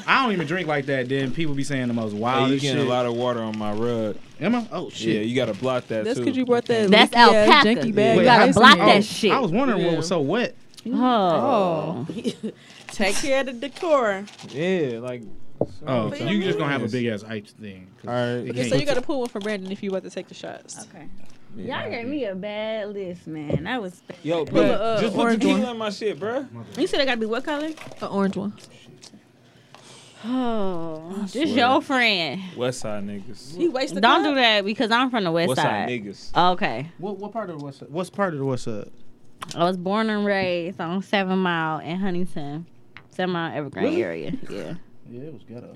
I don't even drink like that. Then people be saying the most
hey, you
wildest
getting
shit.
a lot of water on my rug.
Am I? Oh
Yeah,
shit.
you gotta block that
That's
too.
because you brought that.
That's
leaky ass
alpaca.
Janky bag.
Wait,
You
I
gotta
was-
block
oh,
that shit.
I was wondering what
Yeah.
was so wet.
Oh.
Take care of the decor.
Yeah, like.
Oh, so you just gonna have a
Yes.
big ass ice thing. 'Cause
All right.
it
Okay,
can't-
so you gotta pull one for Brandon if you about to take the shots.
Okay.
Yeah.
Y'all gave me a bad list, man. That was bad.
Yo,
Pull
bro,
a, uh,
just put
orange
tequila in my shit, bro.
You said I gotta be what color?
An orange one.
Oh. Just
swear.
your friend.
West Side niggas.
He wasted.
Don't do that because I'm from the west
West Side
side.
niggas.
Okay.
What what part of the west? Side? What's part of the west side?
I was born and raised on Seven Mile in Huntington. Seven Mile Evergreen area. Yeah.
Yeah, it was ghetto.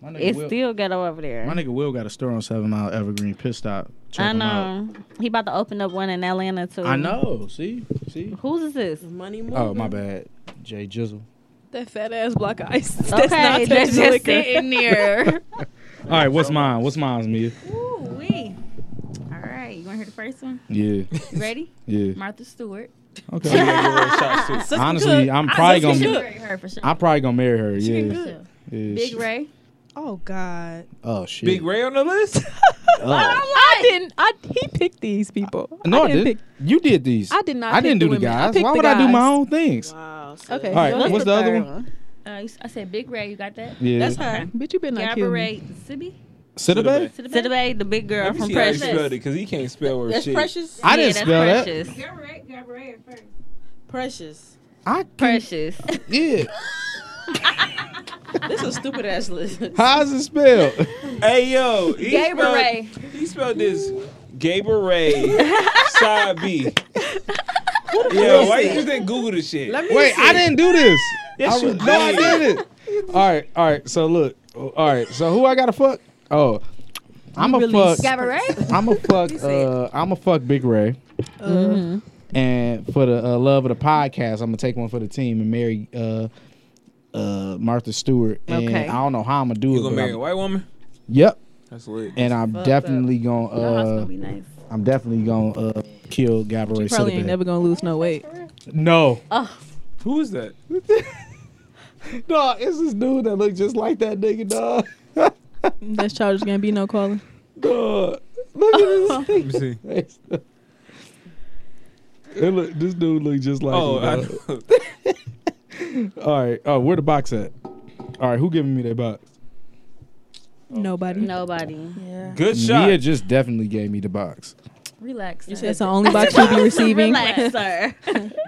My nigga,
It's
Will,
still ghetto over there.
my nigga Will got a store on Seven Mile Evergreen. Pissed out. Check
I
him out.
know. um, He about to open up one in Atlanta too.
I know. See, see.
Whose is this?
Money moving.
Oh my bad, Jay Jizzle.
That fat ass block of ice.
Okay,
That's not
that's
Texas
just
liquor.
sitting there.
All right, what's mine? What's mine's Mia?
Ooh, wee. All right, you wanna hear the first one?
Yeah,
You ready?
yeah.
Martha Stewart.
You
Okay.
gotta give her a shot, too.
Sister
Honestly,
Cook.
Ah,
I'm probably
She
gonna.
should marry her for sure.
I'm probably gonna marry her.
She
Yeah.
should.
yeah.
Big
she-
Ray.
Oh God.
Oh shit.
Big Ray on the list?
Oh.
I didn't. I he picked these people.
No, I
didn't
didn't. You did these.
I did not
I didn't
pick
do
the
the
women. I
guys.
picked
Why
the
would I do my
guys.
own things?
Wow. sis.
Okay.
All right.
What's
What's the other one?
Uh, you, s- I said Big Ray. You got that?
Yeah.
That's her.
Pick. Bitch, you better not kill me.
Gabrielle Sibi.
Sidibe?
Sidibe?
Sidibe, the big girl
Let me
from
see how you
Precious.
spelled it, because he can't spell her
That's
shit.
precious.
I
yeah,
didn't
that's
spell that.
precious.
Gabrielle, Gabrielle first.
Precious.
I can,
Precious.
yeah.
This is a stupid ass list.
How's it spelled?
Hey, yo. He
Gabrielle
spelled,
Ray.
he spelled this Gabriel Ray, side B. Yo, why you didn't Google this shit?
Let me
Wait,
see.
I didn't do this.
Yes,
I
you
was- no, I
did.
did it. All right, all right. So look, all right. So who I gotta fuck? Oh, I'm a fuck.
Gabrielle.
I'm a fuck. Uh, I'm a fuck Big Ray.
Uh.
And for the uh, love of the podcast, I'm gonna take one for the team and marry uh, uh, Martha Stewart. And
Okay.
I don't know how I'm gonna do
You
it.
gonna
but
marry a
I'm-
white woman?
Yep.
That's lit.
And I'm definitely gonna.
Your house gonna
Uh,
be nice.
I'm definitely gonna uh, kill Gabrielle.
You probably ain't never gonna lose no weight.
No.
Uh.
Who is that?
No, it's this dude that look just like that nigga, dog.
That's Childish Gambino calling.
dog. Look at
Let me see.
this face. It look, this dude look just like
Oh, I
him,
know.
uh, dog. All right. Oh, where the box at? All right, who giving me that box?
Nobody.
Nobody.
Yeah.
Good shot.
Nia just definitely gave me the box.
Relax.
You
You
said-
That's the only box you'll be receiving.
Relax, sir.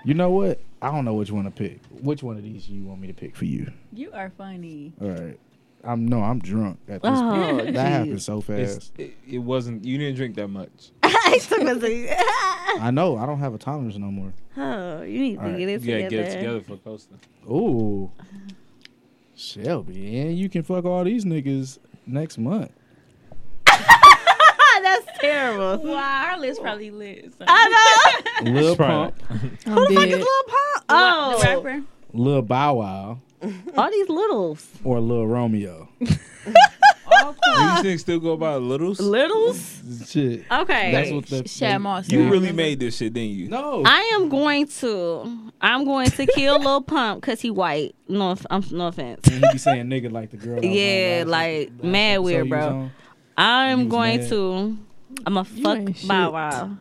You know what? I don't know which one to pick. Which one of these you want me to pick for you?
you are funny.
All right. I'm no, I'm drunk at this
Oh,
point. That
jeez.
happened so
It's-
fast.
it, it wasn't. You didn't drink that much.
I took a seat.
I know. I don't have a tolerance no more.
Oh, you need to
All right.
get it
You gotta
together.
get it together for coasting.
Ooh. Shelby, and you can fuck all these niggas next month.
That's terrible.
Wow, our list probably lit. So.
I know.
Lil
Probably.
Pump,
I'm
Who the fuck is
dead.
Lil
The
Pump? Oh,
rapper.
Lil Bow Wow,
all these littles.
or Lil Romeo.
Do these niggas still go by littles?
Littles?
Shit.
Okay.
That's what the
Shad Moss.
You really made this shit, didn't you?
No.
I am going to. I'm going to kill Lil Pump because he white. No, off- um, no offense.
and he be saying nigga like the girl. that was on
Yeah,
last-
like,
last
mad
episode
weird,
you
bro.
was on. You
I'm
was
going
mad.
to. I'm a fuck
ain't
Bow
shit.
Wow,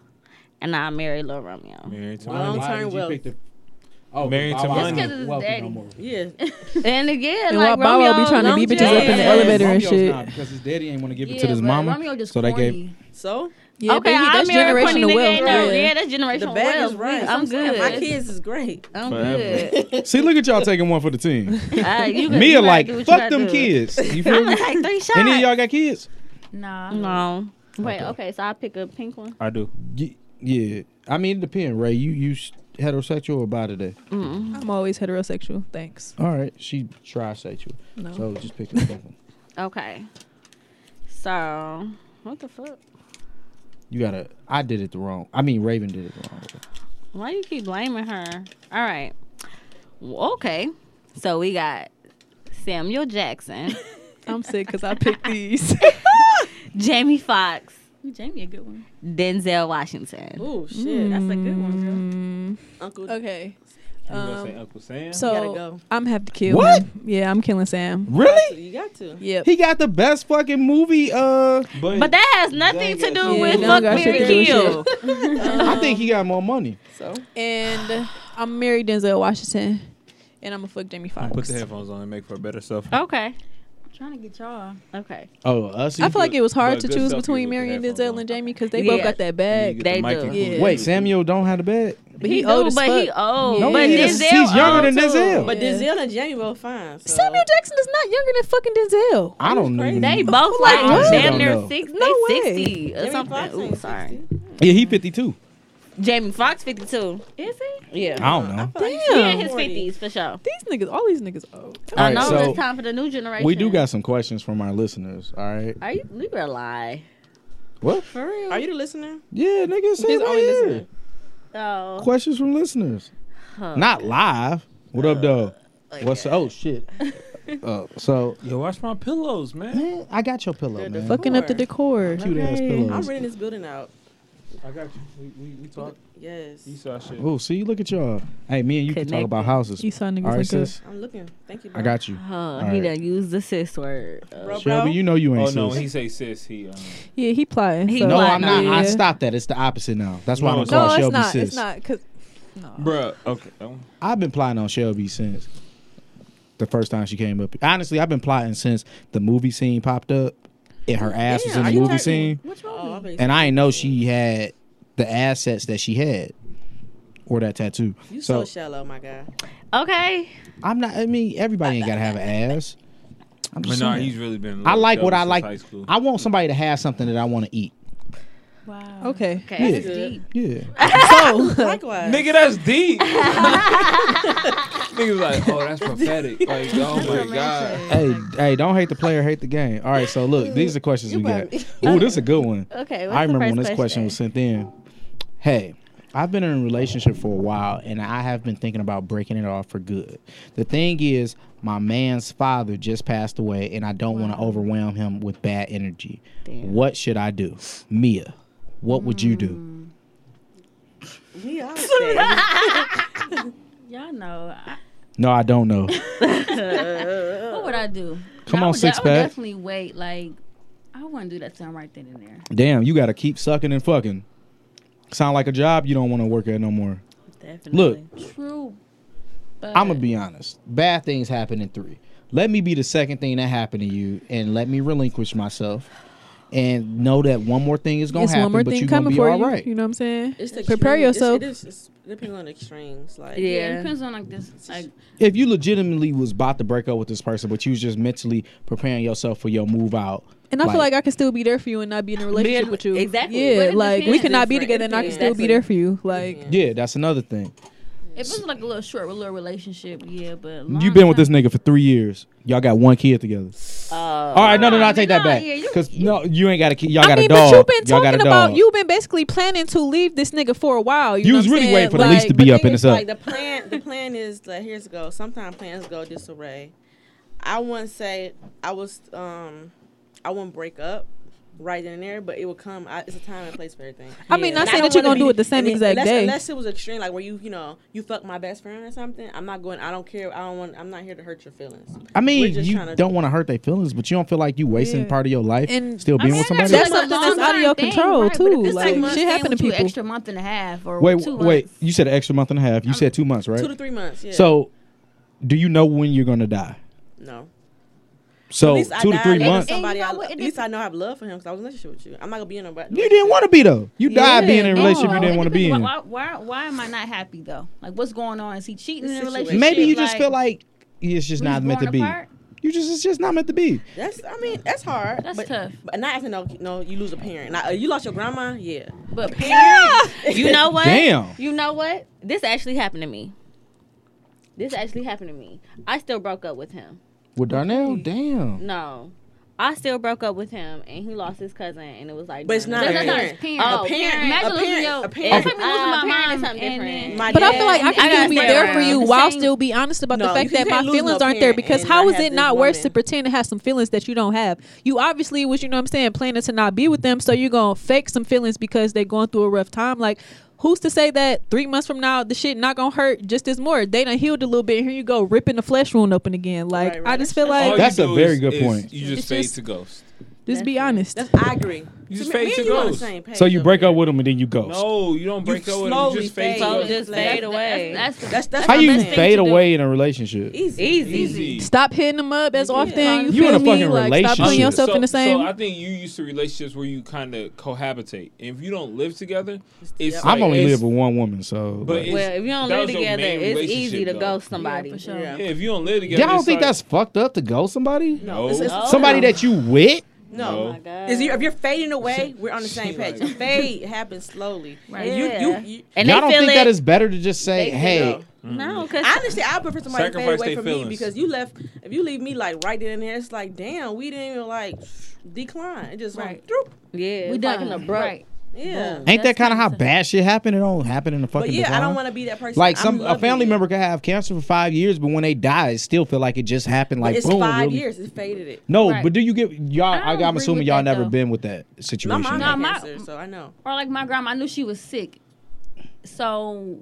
and I marry Lil Romeo.
Married to
Wow. Long-term
Why did you
wealth.
pick the- Oh,
Married
Bow
to
Wow
money.
not
That's 'cause it's
wealthy
daddy.
more.
Yeah.
And again,
And
like
while Bow Wow be
Romeo,
trying to
Lil
beat bitches up in the
Jay.
elevator and
Romeo's
shit.
not, because his daddy ain't want to give it
Yeah,
to his
but
mama.
Romeo just
so they gave.
corny.
So
Yeah,
okay,
baby,
I
that's
marry Courtney
generational
nigga.
wealth.
ain't no-
yeah.
yeah. that's generational
the bag
wealth.
is right.
I'm
saying,
good.
My kids is great.
I'm
Forever.
good.
See, look at y'all taking one for the team.
Uh, you good.
Mia
You gotta
like
do what you
fuck
gotta
them
do.
kids. You
I'm
feel me?
gonna take three shots.
Any of y'all got kids?
Nah.
No. Wait. Okay. So I pick a pink one.
I do.
Ye- Yeah, I mean it depends, Ray. You you s- heterosexual or bi today?
I'm always heterosexual. Thanks.
All right, she trisexual.
No.
So just pick a second.
Okay. So what the fuck?
You gotta. I did it the wrong. I mean, Raven did it the wrong. way.
Why you keep blaming her? All right. Well, okay. So we got Samuel Jackson,
I'm sick because I picked these.
Jamie Foxx,
Jamie, a good one.
Denzel Washington.
Ooh, shit.
That's a good one,
Mm.
That's Uncle.
okay.
You gonna say
Um,
Uncle Sam?
gotta
so
go.
I'm have to kill
What?
him. Yeah, I'm killing Sam.
Really?
You got to.
Yep.
He got the best fucking movie. Uh,
But that has nothing
ain't
to
got
do
shit
with
to do
fuck
with
Mary
it.
Kill.
I think he got more money.
So
and I'm married Denzel Washington, and I'm gonna fuck Jamie
I'll
Foxx.
put the headphones on and make for a better self.
Okay.
I'm trying to get y'all.
Okay.
Oh, us.
I feel like it was hard
But
to
good
choose
stuff
between
you with the
Mary and
headphones
Denzel
on.
and Jamie because they
Yeah.
both got that bag.
They do.
Yeah.
Wait, Samuel don't have the bag.
But he,
do,
old as
but
fuck.
he old.
No,
but
he
is.
Denzel
He's younger than
old, too.
Denzel.
But
Yeah.
Denzel and Jamie both fine. So.
Samuel Jackson is not younger than fucking Denzel.
I don't know.
crazy.
They both
Like,
like
what?
damn
I
near
don't
six,
No
they
way.
60 or
Jamie Foxx
something. Ooh,
ain't
sorry.
60.
Yeah, he fifty two.
Jamie Foxx 52. Is he? Yeah.
I don't know.
I feel
Damn.
like he's
Yeah, his
40.
50s for sure.
These niggas, all these niggas old.
I
All right,
know
so-
it's time for the new generation.
We do got some questions from our listeners. All right.
Are you? You better lie.
What?
For real?
Are you the listener?
Yeah, nigga. Say
He's
it
the
right
only
here.
listener.
Oh.
Questions from listeners.
Huh.
Not live. What up, though? What's oh shit? uh, so
Yo, watch my pillows, man.
man, I got your pillow,
They're
man.
the
Fucking up the
Sure.
decor.
cute ass
I'm
pillows.
renting this building out.
I got you. We we, we talk.
Yes.
You saw shit.
Oh, see, look at y'all. Hey, me and you can talk about houses.
You saw niggas
All right,
like
sis,
us.
I'm looking. Thank you. Bro.
I got you.
Huh,
All
Oh, he
right.
done used the cis word. Uh,
Bro, bro.
Shelby, you know you
Oh
ain't.
no, when
sis.
he say sis, he. Um,
Yeah, he plying.
He
so-
no,
Why
I'm not. I
Yeah.
stopped that. It's the opposite now. That's why I
No,
don't
it's
call
No, it's
Shelby
not.
sis.
It's not. Cause no.
Bruh, okay. um,
I've been plotting on Shelby since the first time she came up. Honestly, I've been plotting since the movie scene popped up and her ass was
Yeah,
in
are
the
you
movie
talking-
scene.
Which one? Oh, okay.
And I didn't know she had the assets that she had or that tattoo.
you so,
so
shallow, my guy.
okay.
I'm not, I mean, everybody ain't got to have an ass. I'm
but
just
nah,
saying.
he's really been.
I like
Shelby
what I
since
like.
High school.
I want somebody to have something that I want to eat.
Wow.
Okay.
Okay.
Yeah.
Good.
Yeah.
So
Likewise.
Nigga, that's deep. Niggas like, oh, that's prophetic. Like, oh my god.
hey, hey, don't hate the player, hate the game. All right, so look, these are the questions we got. Ooh, this is a good one.
Okay. What's
I remember
the
when
first
this question was sent in. Hey, I've been in a relationship for a while and I have been thinking about breaking it off for good. The thing is, my man's father just passed away and I don't want to overwhelm him with bad energy. What should I do? Mia, what would you do?
We all say.
Y'all know. I,
No, I don't know.
what would I do?
Come
I
on,
would, de-
six
I would
pack.
definitely wait. Like, I wouldn't do that to him right then and there.
Damn, you got to keep sucking and fucking. Sound like a job you don't want to work at no more. Look,
True.
But
I'm gonna be honest. Bad things happen in three. Let me be the second thing that happened to you, and let me relinquish myself, and know that one more thing is gonna
it's
happen,
one more
but
thing
you're gonna
coming
be
for
all
you.
right.
You know what I'm saying?
It's the
Prepare
extreme- it's-
yourself.
It is, it's, it depends on the extremes. Like
Yeah.
It depends on like this. Like,
If you legitimately was about to break up with this person, but you was just mentally preparing yourself for your move out,
And I feel
Like-
like I can still be there for you and not be in a relationship
Being-
with you.
exactly. But
Yeah,
it
like we
depends.
could not be
It's
together and I can
different.
still be there for you. Like
yeah, that's another thing.
if it's like a little short, little relationship, yeah. But
You've been with this nigga for three years. Y'all got one kid together.
Uh,
All right, no, no, no, I take that
no,
back.
yeah, you-
Cause no, you ain't got a kid. Y'all
I
got
mean,
a dog.
but you've been
Y'all got
talking
a
about
dog.
you've been basically planning to leave this nigga for a while. You,
You
know
was
what I'm
really
saying?
waiting for the lease
Like,
to be
but
up
then
and
it's
it's up.
like
the plan the plan is like here's the go. Sometimes plans go disarray. I wouldn't say I was um I wouldn't break up right then and there, but it would come. I, it's a time and place for everything.
I mean,
And
not
I
saying
don't
that you're
wanna
gonna do
be-
it the same
and it-
exact
unless,
day.
Unless it was extreme, like where you you know you fuck my best friend or something. I'm not going. I don't care. I don't want. I'm not here to hurt your feelings.
I
We're
mean,
just
you
tryna-
don't want to hurt their feelings, but you don't feel like you wasting
Yeah.
part of your life
And-
still
I
being
mean,
with
I got
somebody.
you
That's
on a
something that's
long-term
out of your
thing,
control,
right, but if
too.
it's
Like,
months
shit
in
happen to
with you,
people.
Extra month and a half or
Wait,
two
wait.
months.
You said an extra month and a half. You said two months, right?
Two to three months. Yeah.
So, do you know when you're gonna die?
no. At
So
least I
two to
died
three
loving
months.
And
Somebody
you know
I,
what? It
at least
dep-
I know I have love for him because I was in a relationship with you. I'm not gonna be in a.
You didn't want to be though. You died being in a
no.
relationship you didn't
It
want to be
depends.
in.
Why, why, why am I not happy though? Like, what's going on? Is he cheating in a
Situation.
relationship?
Maybe you just feel like it's just
we
not meant to
born
be.
apart?
You just it's just not meant to be.
That's. I mean, that's hard.
That's
but,
tough.
But not after no, no, you lose a parent. Now, uh, you lost your grandma. Yeah.
But parents,
You know what?
Damn.
You know what? This actually happened to me. This actually happened to me. I still broke up with him.
With Darnell, damn.
No. I still broke up with him and he lost his cousin and it was like
But it's
done
not
and
that's
a
not
done.
not
parent.
his parent.
Oh,
A
parent,
parent. Imagine
a
losing
parent,
your.
a
Oh.
parent.
That's like me
Uh,
losing my
parent is
mom
something
and
different.
then-
My
But I
dad-
feel like I
I
can
gotta
still be
stay
there
around.
for you
The
while
same-
still be honest about the
No,
fact
you
that my
can't lose
feelings
no
aren't there
parent
because
and
how
not
is
have
it
this
not worse
woman.
to pretend to have some feelings that you don't have? You obviously was, you know what I'm saying, planning to not be with them, so you're gonna fake some feelings because they're going through a rough time. Like who's to say that three months from now the shit not gonna hurt just as more? They done healed a little bit. Here you go, ripping the flesh wound open again. Like
Right,
I
right.
just feel
All
like
you
That's a
do
very
is-
good
is
point.
You just
It's
fade
just-
to ghost.
just be honest.
That's, I agree.
You just
me- me
fade
and
to
you on the
ghost.
same page,
So you
though.
break up with him and then you ghost.
No, you don't break up with him. You
slowly
just fade to
fade.
ghost.
So just
Like,
fade away.
That's, that's,
That's that's
How
my
you
man.
fade away in a relationship?
Easy.
Easy.
Easy.
Stop hitting them up as often. You,
You in
feel
a
me?
fucking
like, Stop
relationship.
putting yourself
so,
in the same.
So I think you used to relationships where you kind of cohabitate. If you don't live together, it's
Yep.
I've
like-
only
it's-
lived with one woman, so
But
like-
it's-
Well, if you don't
that
live
was your
together,
main
it's
relationship,
easy to
though.
ghost somebody.
for sure.
Yeah.
Yeah, if you don't live together,
y'all don't
it's
think
like-
that's fucked up to ghost somebody?
No,
No.
it's, it's,
No.
Somebody that you with?
no.
Oh
No.
my God.
Is you, if you're fading away, we're on the same
She right.
page. Fade happens slowly.
Right.
And you,
Yeah.
you, you,
and
y'all
they
don't
feel
think
it.
that is better to just say,
They feel
hey,
it.
no, because
Honestly, I prefer somebody to fade
Sacrifice
away
their
from
feelings.
me because you left. If you leave me like right then and there, it's like damn, we didn't even like decline. It just
Right.
like droop.
yeah,
we
it's like an
done.
abrupt.
Right.
Yeah.
ain't that
That's
kind of how
kinda-
bad shit happened? It don't happen in a
But
fucking
yeah, I
divine.
don't want to be that person.
like
I'm
some a
loving
family
you.
member could have cancer for five years, but when they die, it still feel like it just happened. Like
it's
boom,
five
really-
years. It faded it.
No,
Right.
but do you get y'all?
I
I
don't
I, am
agree
assuming
with
y'all
that,
never
though.
been with that
My
situation.
mom
No,
had
my-
cancer, so I know.
or like my grandma, I knew she was sick. So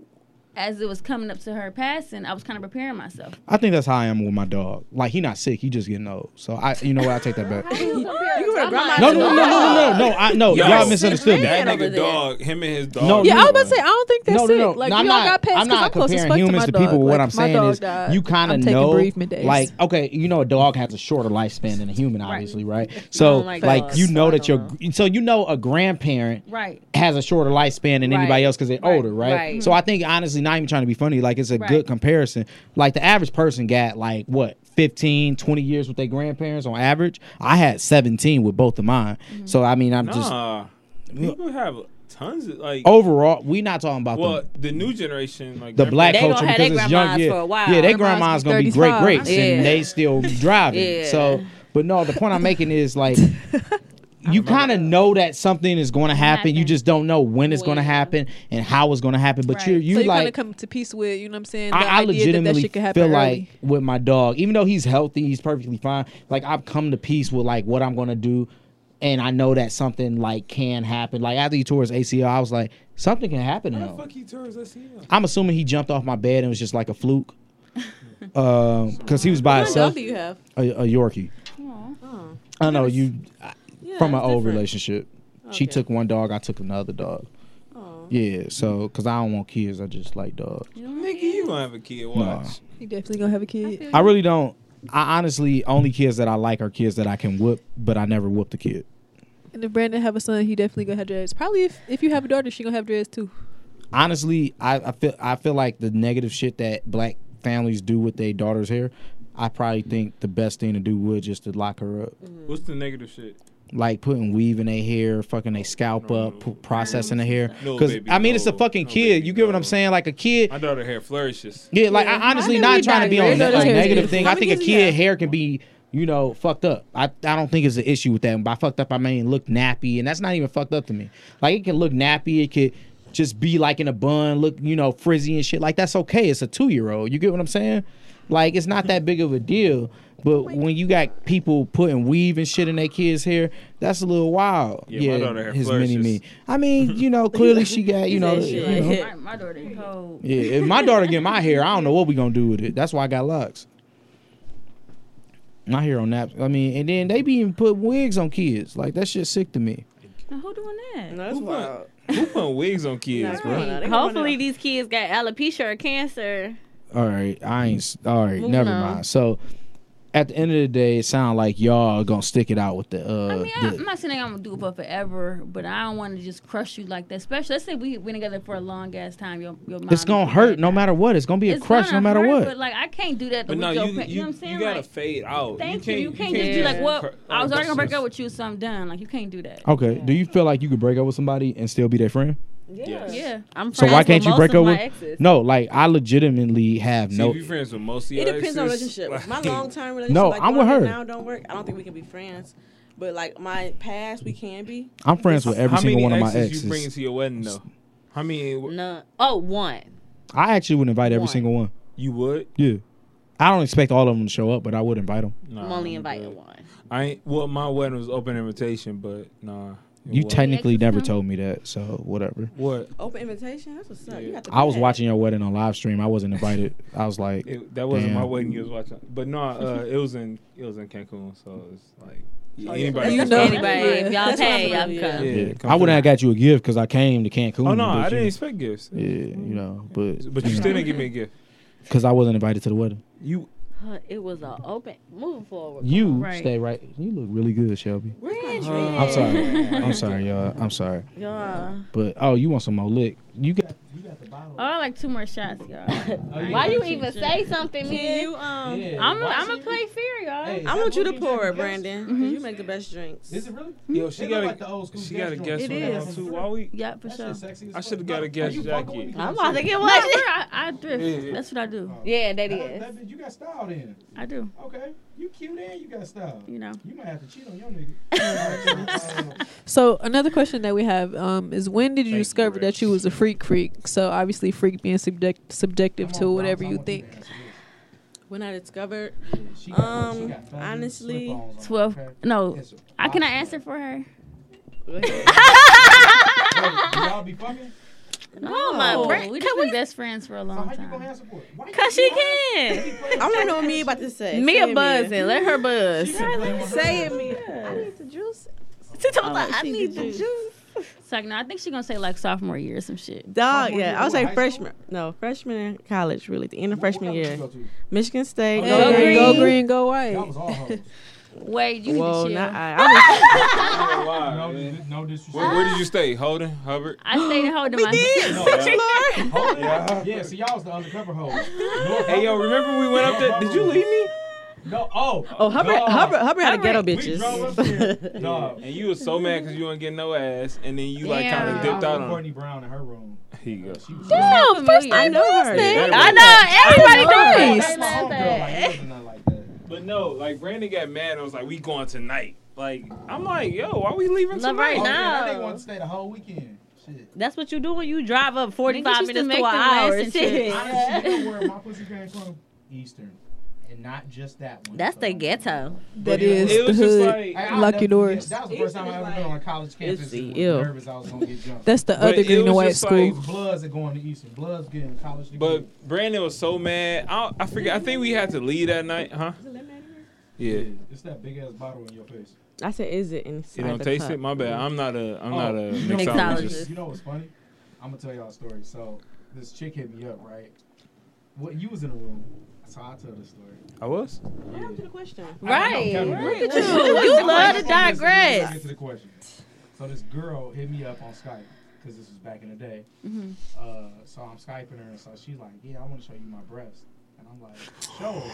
as it was coming up to her passing, I was kind of preparing myself.
I think that's how I am with my dog. Like he not sick, he just getting old. So I, you know what? I take that back.
You were a grandma.
No, no, no, no, no, no, no. I no,
Yo,
y'all misunderstood me.
That
Man over
nigga
there.
dog, him and his dog.
No,
Yeah,
you
I was about to say I don't think that's
No, no, no.
it. Like
No,
we
I'm
all
not-
got pets
I'm
because
not
I'm close as
comparing
fuck to
humans
my
to
dog.
people. What
Like,
I'm
my
saying
dog
is,
died.
you kind
I'm
of
taking
know,
bereavement days.
like, okay, you know, a dog has a shorter lifespan than a human, obviously, right? So,
like
like,
dogs,
you
so
know
I
that your,
don't
so you know a grandparent
Right.
has a shorter lifespan than
Right.
anybody else because they're
Right.
older, right?
Right.
So I think honestly, not even trying to be funny, like it's a good comparison. Like the average person got like what 15, 20 years with their grandparents on average. I had 17 with both of mine.
Mm-hmm.
So I mean, I'm just
nah. People have tons of like.
overall, we not talking about
well,
the,
the new generation, like
the black
They gonna
culture
have
because
their
it's young.
grandmas
Yeah,
for a while.
yeah, their grandma's
Grandmas be
gonna be great
35.
greats
Yeah.
and they still driving.
Yeah.
So, but no, the point I'm making is like. You kind of know that something is going to happen. You
Happen.
just don't know when it's going to
When.
happen and how it's going to happen. But
Right.
you're you
so you kind
like
of come to peace with, you know what I'm saying? The
I, I
idea that that
legitimately
shit could happen
feel like
early.
with my dog, even though he's healthy, he's perfectly fine. Like I've come to peace with like what I'm gonna do, and I know that something like can happen. Like after he tore his ACL, I was like, something can happen to
How
him.
the fuck he turns us here?
I'm assuming he jumped off my bed and was just like a fluke, because he was by
What
himself,
dog do you have?
a, a Yorkie.
Oh.
I know you I-
Yeah,
from an
that's
old
different.
relationship. She
Okay.
took one dog, I took another dog.
Oh.
Yeah, so because I don't want kids, I just like dogs.
Nigga, you You gonna have a kid watch?
You definitely gonna have a kid.
I really don't. I honestly only kids that I like are kids that I can whoop, but I never whooped a kid.
And if Brandon have a son, he definitely gonna have dreads. Probably if, if you have a daughter, she gonna have dreads too.
Honestly, I, I feel I feel like the negative shit that black families do with their daughters' hair. I probably think the best thing to do would just to lock her up,
What's the negative shit?
like putting weave in their hair, fucking their scalp up, p- processing the hair.
No,
Because
baby,
I mean, it's a
no.
fucking
No,
kid.
baby,
you get what
no.
I'm saying? Like a kid.
My daughter hair flourishes.
Yeah, like I honestly
think we
not trying to be on a
digress.
like,
Hair
negative
is-
thing.
how
I think a
many
kid
years-
hair can be, you know, fucked up. I, I don't think it's an issue with that. And by fucked up, I mean look nappy, and that's not even fucked up to me. Like it can look nappy, it could just be like in a bun, look, you know, frizzy and shit. Like that's okay. It's a two year old. You get what I'm saying? Like it's not that big of a deal. But when you got people putting weave and shit in their kids' hair, that's a little wild.
Yeah, my daughter hair
his mini me.
flourishes.
I mean, you know, clearly she got, you know,
she
you
like
know.
My, my daughter oh, cold.
Yeah, if my daughter get my hair, I don't know what we gonna do with it. That's why I got locks. My hair on naps. I mean, and then they be even put wigs on kids. Like that shit sick to me.
Now, who doing that?
No, that's
Who
wild.
Who put wigs on kids,
Nah,
bro?
nah, they
Hopefully
going
these kids got alopecia or cancer.
All right, I ain't. s- All right, never
on.
mind. So, at the end of the day, it sound like y'all gonna stick it out with the. Uh,
I mean, I,
the-
I'm not saying I'm gonna do it for forever, but I don't want to just crush you like that. Especially, let's say we been together for a long ass time. Your, your mom
it's gonna hurt no matter what. It's gonna be a
It's
crush no
gonna
matter
hurt,
what.
But like, I can't do that.
But
with
no,
your
you
pa-
you,
know what I'm
you
saying?
gotta
like,
feel fade out.
thank you. You can't, just
just-
be like, well,
cr- uh,
I was already gonna break
that's
up with you, so I'm done. Like, you can't do that.
okay, do you feel like you could break up with somebody and still be their friend?
Yeah.
Yeah.
I'm
So why
friends
can't
with
you
most
break
of
up
my
with?
exes.
No, like I legitimately have
See,
no.
if you friends with most of
It
your
depends on
exes,
relationship.
like-
My long term relationship,
No,
like
I'm
the
with
one that
her.
now don't work. I don't think we can be friends. But like my past, we can be.
I'm friends with every
How
single
many
one of my
exes you bringing
exes.
to your wedding though? How many
No. Oh, one.
I actually would invite every
One.
single one.
you would?
Yeah. I don't expect all of them to show up, but I would invite them.
Nah,
I'm only
I'm
inviting
good.
one.
I ain't, well, my wedding was open invitation, but nah. it
You
wasn't.
technically
exes
never
come?
told me that, so whatever.
what?
Open invitation. That's what's up. You got the
I was
bag.
watching your wedding on live stream. I wasn't invited. I was like,
It, that wasn't
Damn.
my wedding you was watching, but no, uh, it was in it was in Cancun, so it's like
yeah.
anybody.
You
can
know.
come.
Anybody, if
Yeah.
y'all
That's what I'm
pay,
gonna
I'm
do,
coming.
Yeah,
yeah.
come
I wouldn't
through.
have got you a gift because I came to Cancun.
Oh
but
no, I
you-
didn't expect gifts.
Yeah, you know, but
But you still didn't give me a gift.
because I wasn't invited to the wedding.
You
Huh, It was an open. Moving forward.
You
Oh, Right.
stay right. You look really good, Shelby.
Where's my
Uh,
I'm sorry. I'm sorry, y'all. I'm sorry.
Yeah.
But oh, you want some more lick? You got.
Oh, I like two more shots, y'all.
Why you even say something,
Can
man?
you um?
I'm I'm gonna play fair, y'all.
I want you to pour it, Brandon. 'cause You make the best drinks.
it really?
yo, she
It
got
look
a
like the old school
she
gas
got a
joint.
guest
It
one
is.
now too. Why we?
Yeah, for sure.
I should have got a guest jacket.
I'm about to get
Nah,
one.
bro, I, I drift.
Yeah.
That's what I do.
Yeah, that is.
You got style then.
I do.
Okay. You cute and you got style.
You know.
You might have to cheat on your nigga.
So another question that we have um, is when did you
Thank you,
discover
Rich.
that you was a freak freak? So obviously freak being subject subjective to whatever you think.
When I discovered, Um, honestly,
Twelve. No, I cannot answer for her.
Y'all be fucking?
Oh my
We're-
brain.
we just been best friends for a
So
long
how you gonna
time.
answer for it? Why you
Cause she
lying?
can.
I want to know what Mia about to say.
Mia
Say it,
buzzing. Let her buzz.
She can blame her.
Say it, Mia. I need the juice.
She told me, I
she
need
the
the
juice.
juice.
So like, no, I think she's gonna say like sophomore year or some shit.
Dog,
Sophomore year,
yeah. I would say
what, high
freshman. No, freshman in college, really. The end of
What
freshman
college
year.
you go to?
Michigan State.
Go
Go
Go
green,
green.
go
green.
green, go
That
white.
was all hoes.
Wait, you
Whoa,
need to chill.
not I. I was-
Wow,
No,
man.
dis- no disrespect.
Where, where did you stay, Holden, Hubbard?
I stayed holding my.
Hold it. Yeah, so y'all was the undercover hoes. North
Hey yo,
Hubbard-
remember we went up there? Did you leave me?
No, oh.
oh, Hubbard,
dog.
Hubbard, Hubbard had a ghetto
We drove up
bitches.
here. Dog.
Oh. And you was so mad because you didn't get no ass, and then you like kind
Damn.
of dipped out on.
Courtney Brown in her room.
Here you go.
She was
No, first
I know her.
I
Everybody
Like, that's
knows.
my homegirl. Like, it wasn't nothing like that. Oh,
But no, like Brandon got mad. and was like, "We going tonight." Like I'm like, "Yo, why we leaving
Love
tonight?"
right
Oh, yeah,
now.
that nigga wanted to stay the whole weekend. Shit.
That's what you do when you drive up
Niggas
45
used to
minutes
make
to an
them laugh
hour.
and shit.
Shit.
Honestly, you know where my pussy came from? Eastern. And not just that one. um,
That's
So
the
don't-
ghetto.
That
It
is the
was just
hood.
like-
Hey, I'll
Lock
never
your doors.
forget. That was the first time I ever been on a college campus.
Easy,
and was
ew.
nervous I was gonna get jumped.
That's the
But
other
it
green
was
and white
just
school.
like-
Bloods are going to Eastern. Bloods getting college degree.
But Brandon was so mad. I, I forget. I think we had to leave that night, huh? Yeah.
Yeah, it's that big ass bottle in your face.
I said, is it
You
inside
don't
the
taste
cup?
it. My bad. I'm not a. I'm
Oh,
not a
you know what's-
mixologist.
You know what's funny? I'm gonna tell y'all a story. So this chick hit me up, right?
Well, you was in the room, so I tell the story.
I was.
What happened to the question?
Right.
Kevin,
Right.
listen,
You love to
listen, listen,
digress.
Let's get to the question. So this girl hit me up on Skype because this was back in the day.
Mm-hmm.
Uh, so I'm skyping her, and so she's like, "Yeah, I want to show you my breast," and I'm like, "Show." it."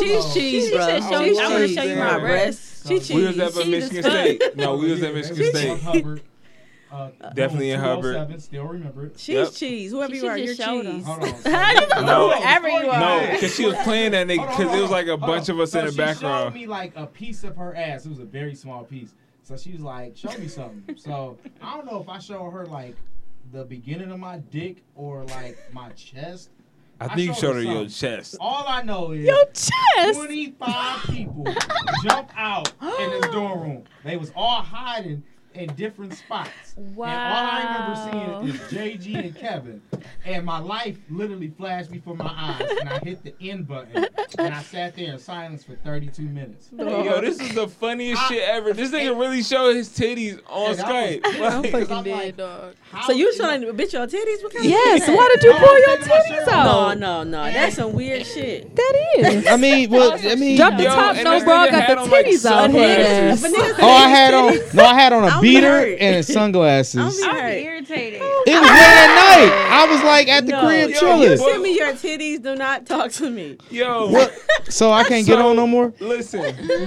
She's
Oh.
cheese, bro.
said, "Show me- I wanna show you my
breasts. She
breasts.
We was
cheese.
at
Jesus
Michigan
fuck.
State. No, we was
Yeah,
at
they
Michigan
was on
State.
Hubbard. Uh,
Definitely in
207,
Hubbard.
Still remember it.
She's
Yep.
cheese. Whoever
She
you
should
are, you're
just show them.
cheese.
Hold on.
No.
Whoever you are.
No, because she was playing that nigga because it was like a bunch of us in the
she
background.
showed me like a piece of her ass. It was a very small piece. So she was like, "Show me something." So I don't know if I show her like the beginning of my dick or like my chest.
I think you showed her your
something.
chest.
All I know is
chest.
25 people jumped out in this dorm room. They was all hiding in different spots. And all I
Wow.
remember seeing is JG and Kevin. And my life literally flashed before my eyes. And I hit the end button. And I sat there in silence for 32 minutes.
Yo, this is the funniest
I-
shit ever. This nigga really showed his titties on
Yeah,
Skype.
that
I'm
Like,
fucking
I'm
dead,
like-
dog.
How
So you
in
trying to bitch your titties? What kind of
Yes.
shit
Why
is that?
did you
Oh,
pull
I'm
your
taking my
titties
shirt
No,
out?
no, no. That's some weird shit.
That is.
I mean, well, I mean,
Drop the
Yo,
top,
and
no
this
bra, got
nigga
the
had on, like,
titties out.
sunglasses.
Hit ass.
Oh, I had on no, I had on a
I'm
beater
hurt.
and
I'm
sunglasses.
I'm
sorry.
irritated.
It was late at night. I was like at the
No,
crib
yo,
chilling,
you
Send me your titties. Do not talk to me.
yo,
so I can't get
So-
on no more.
listen.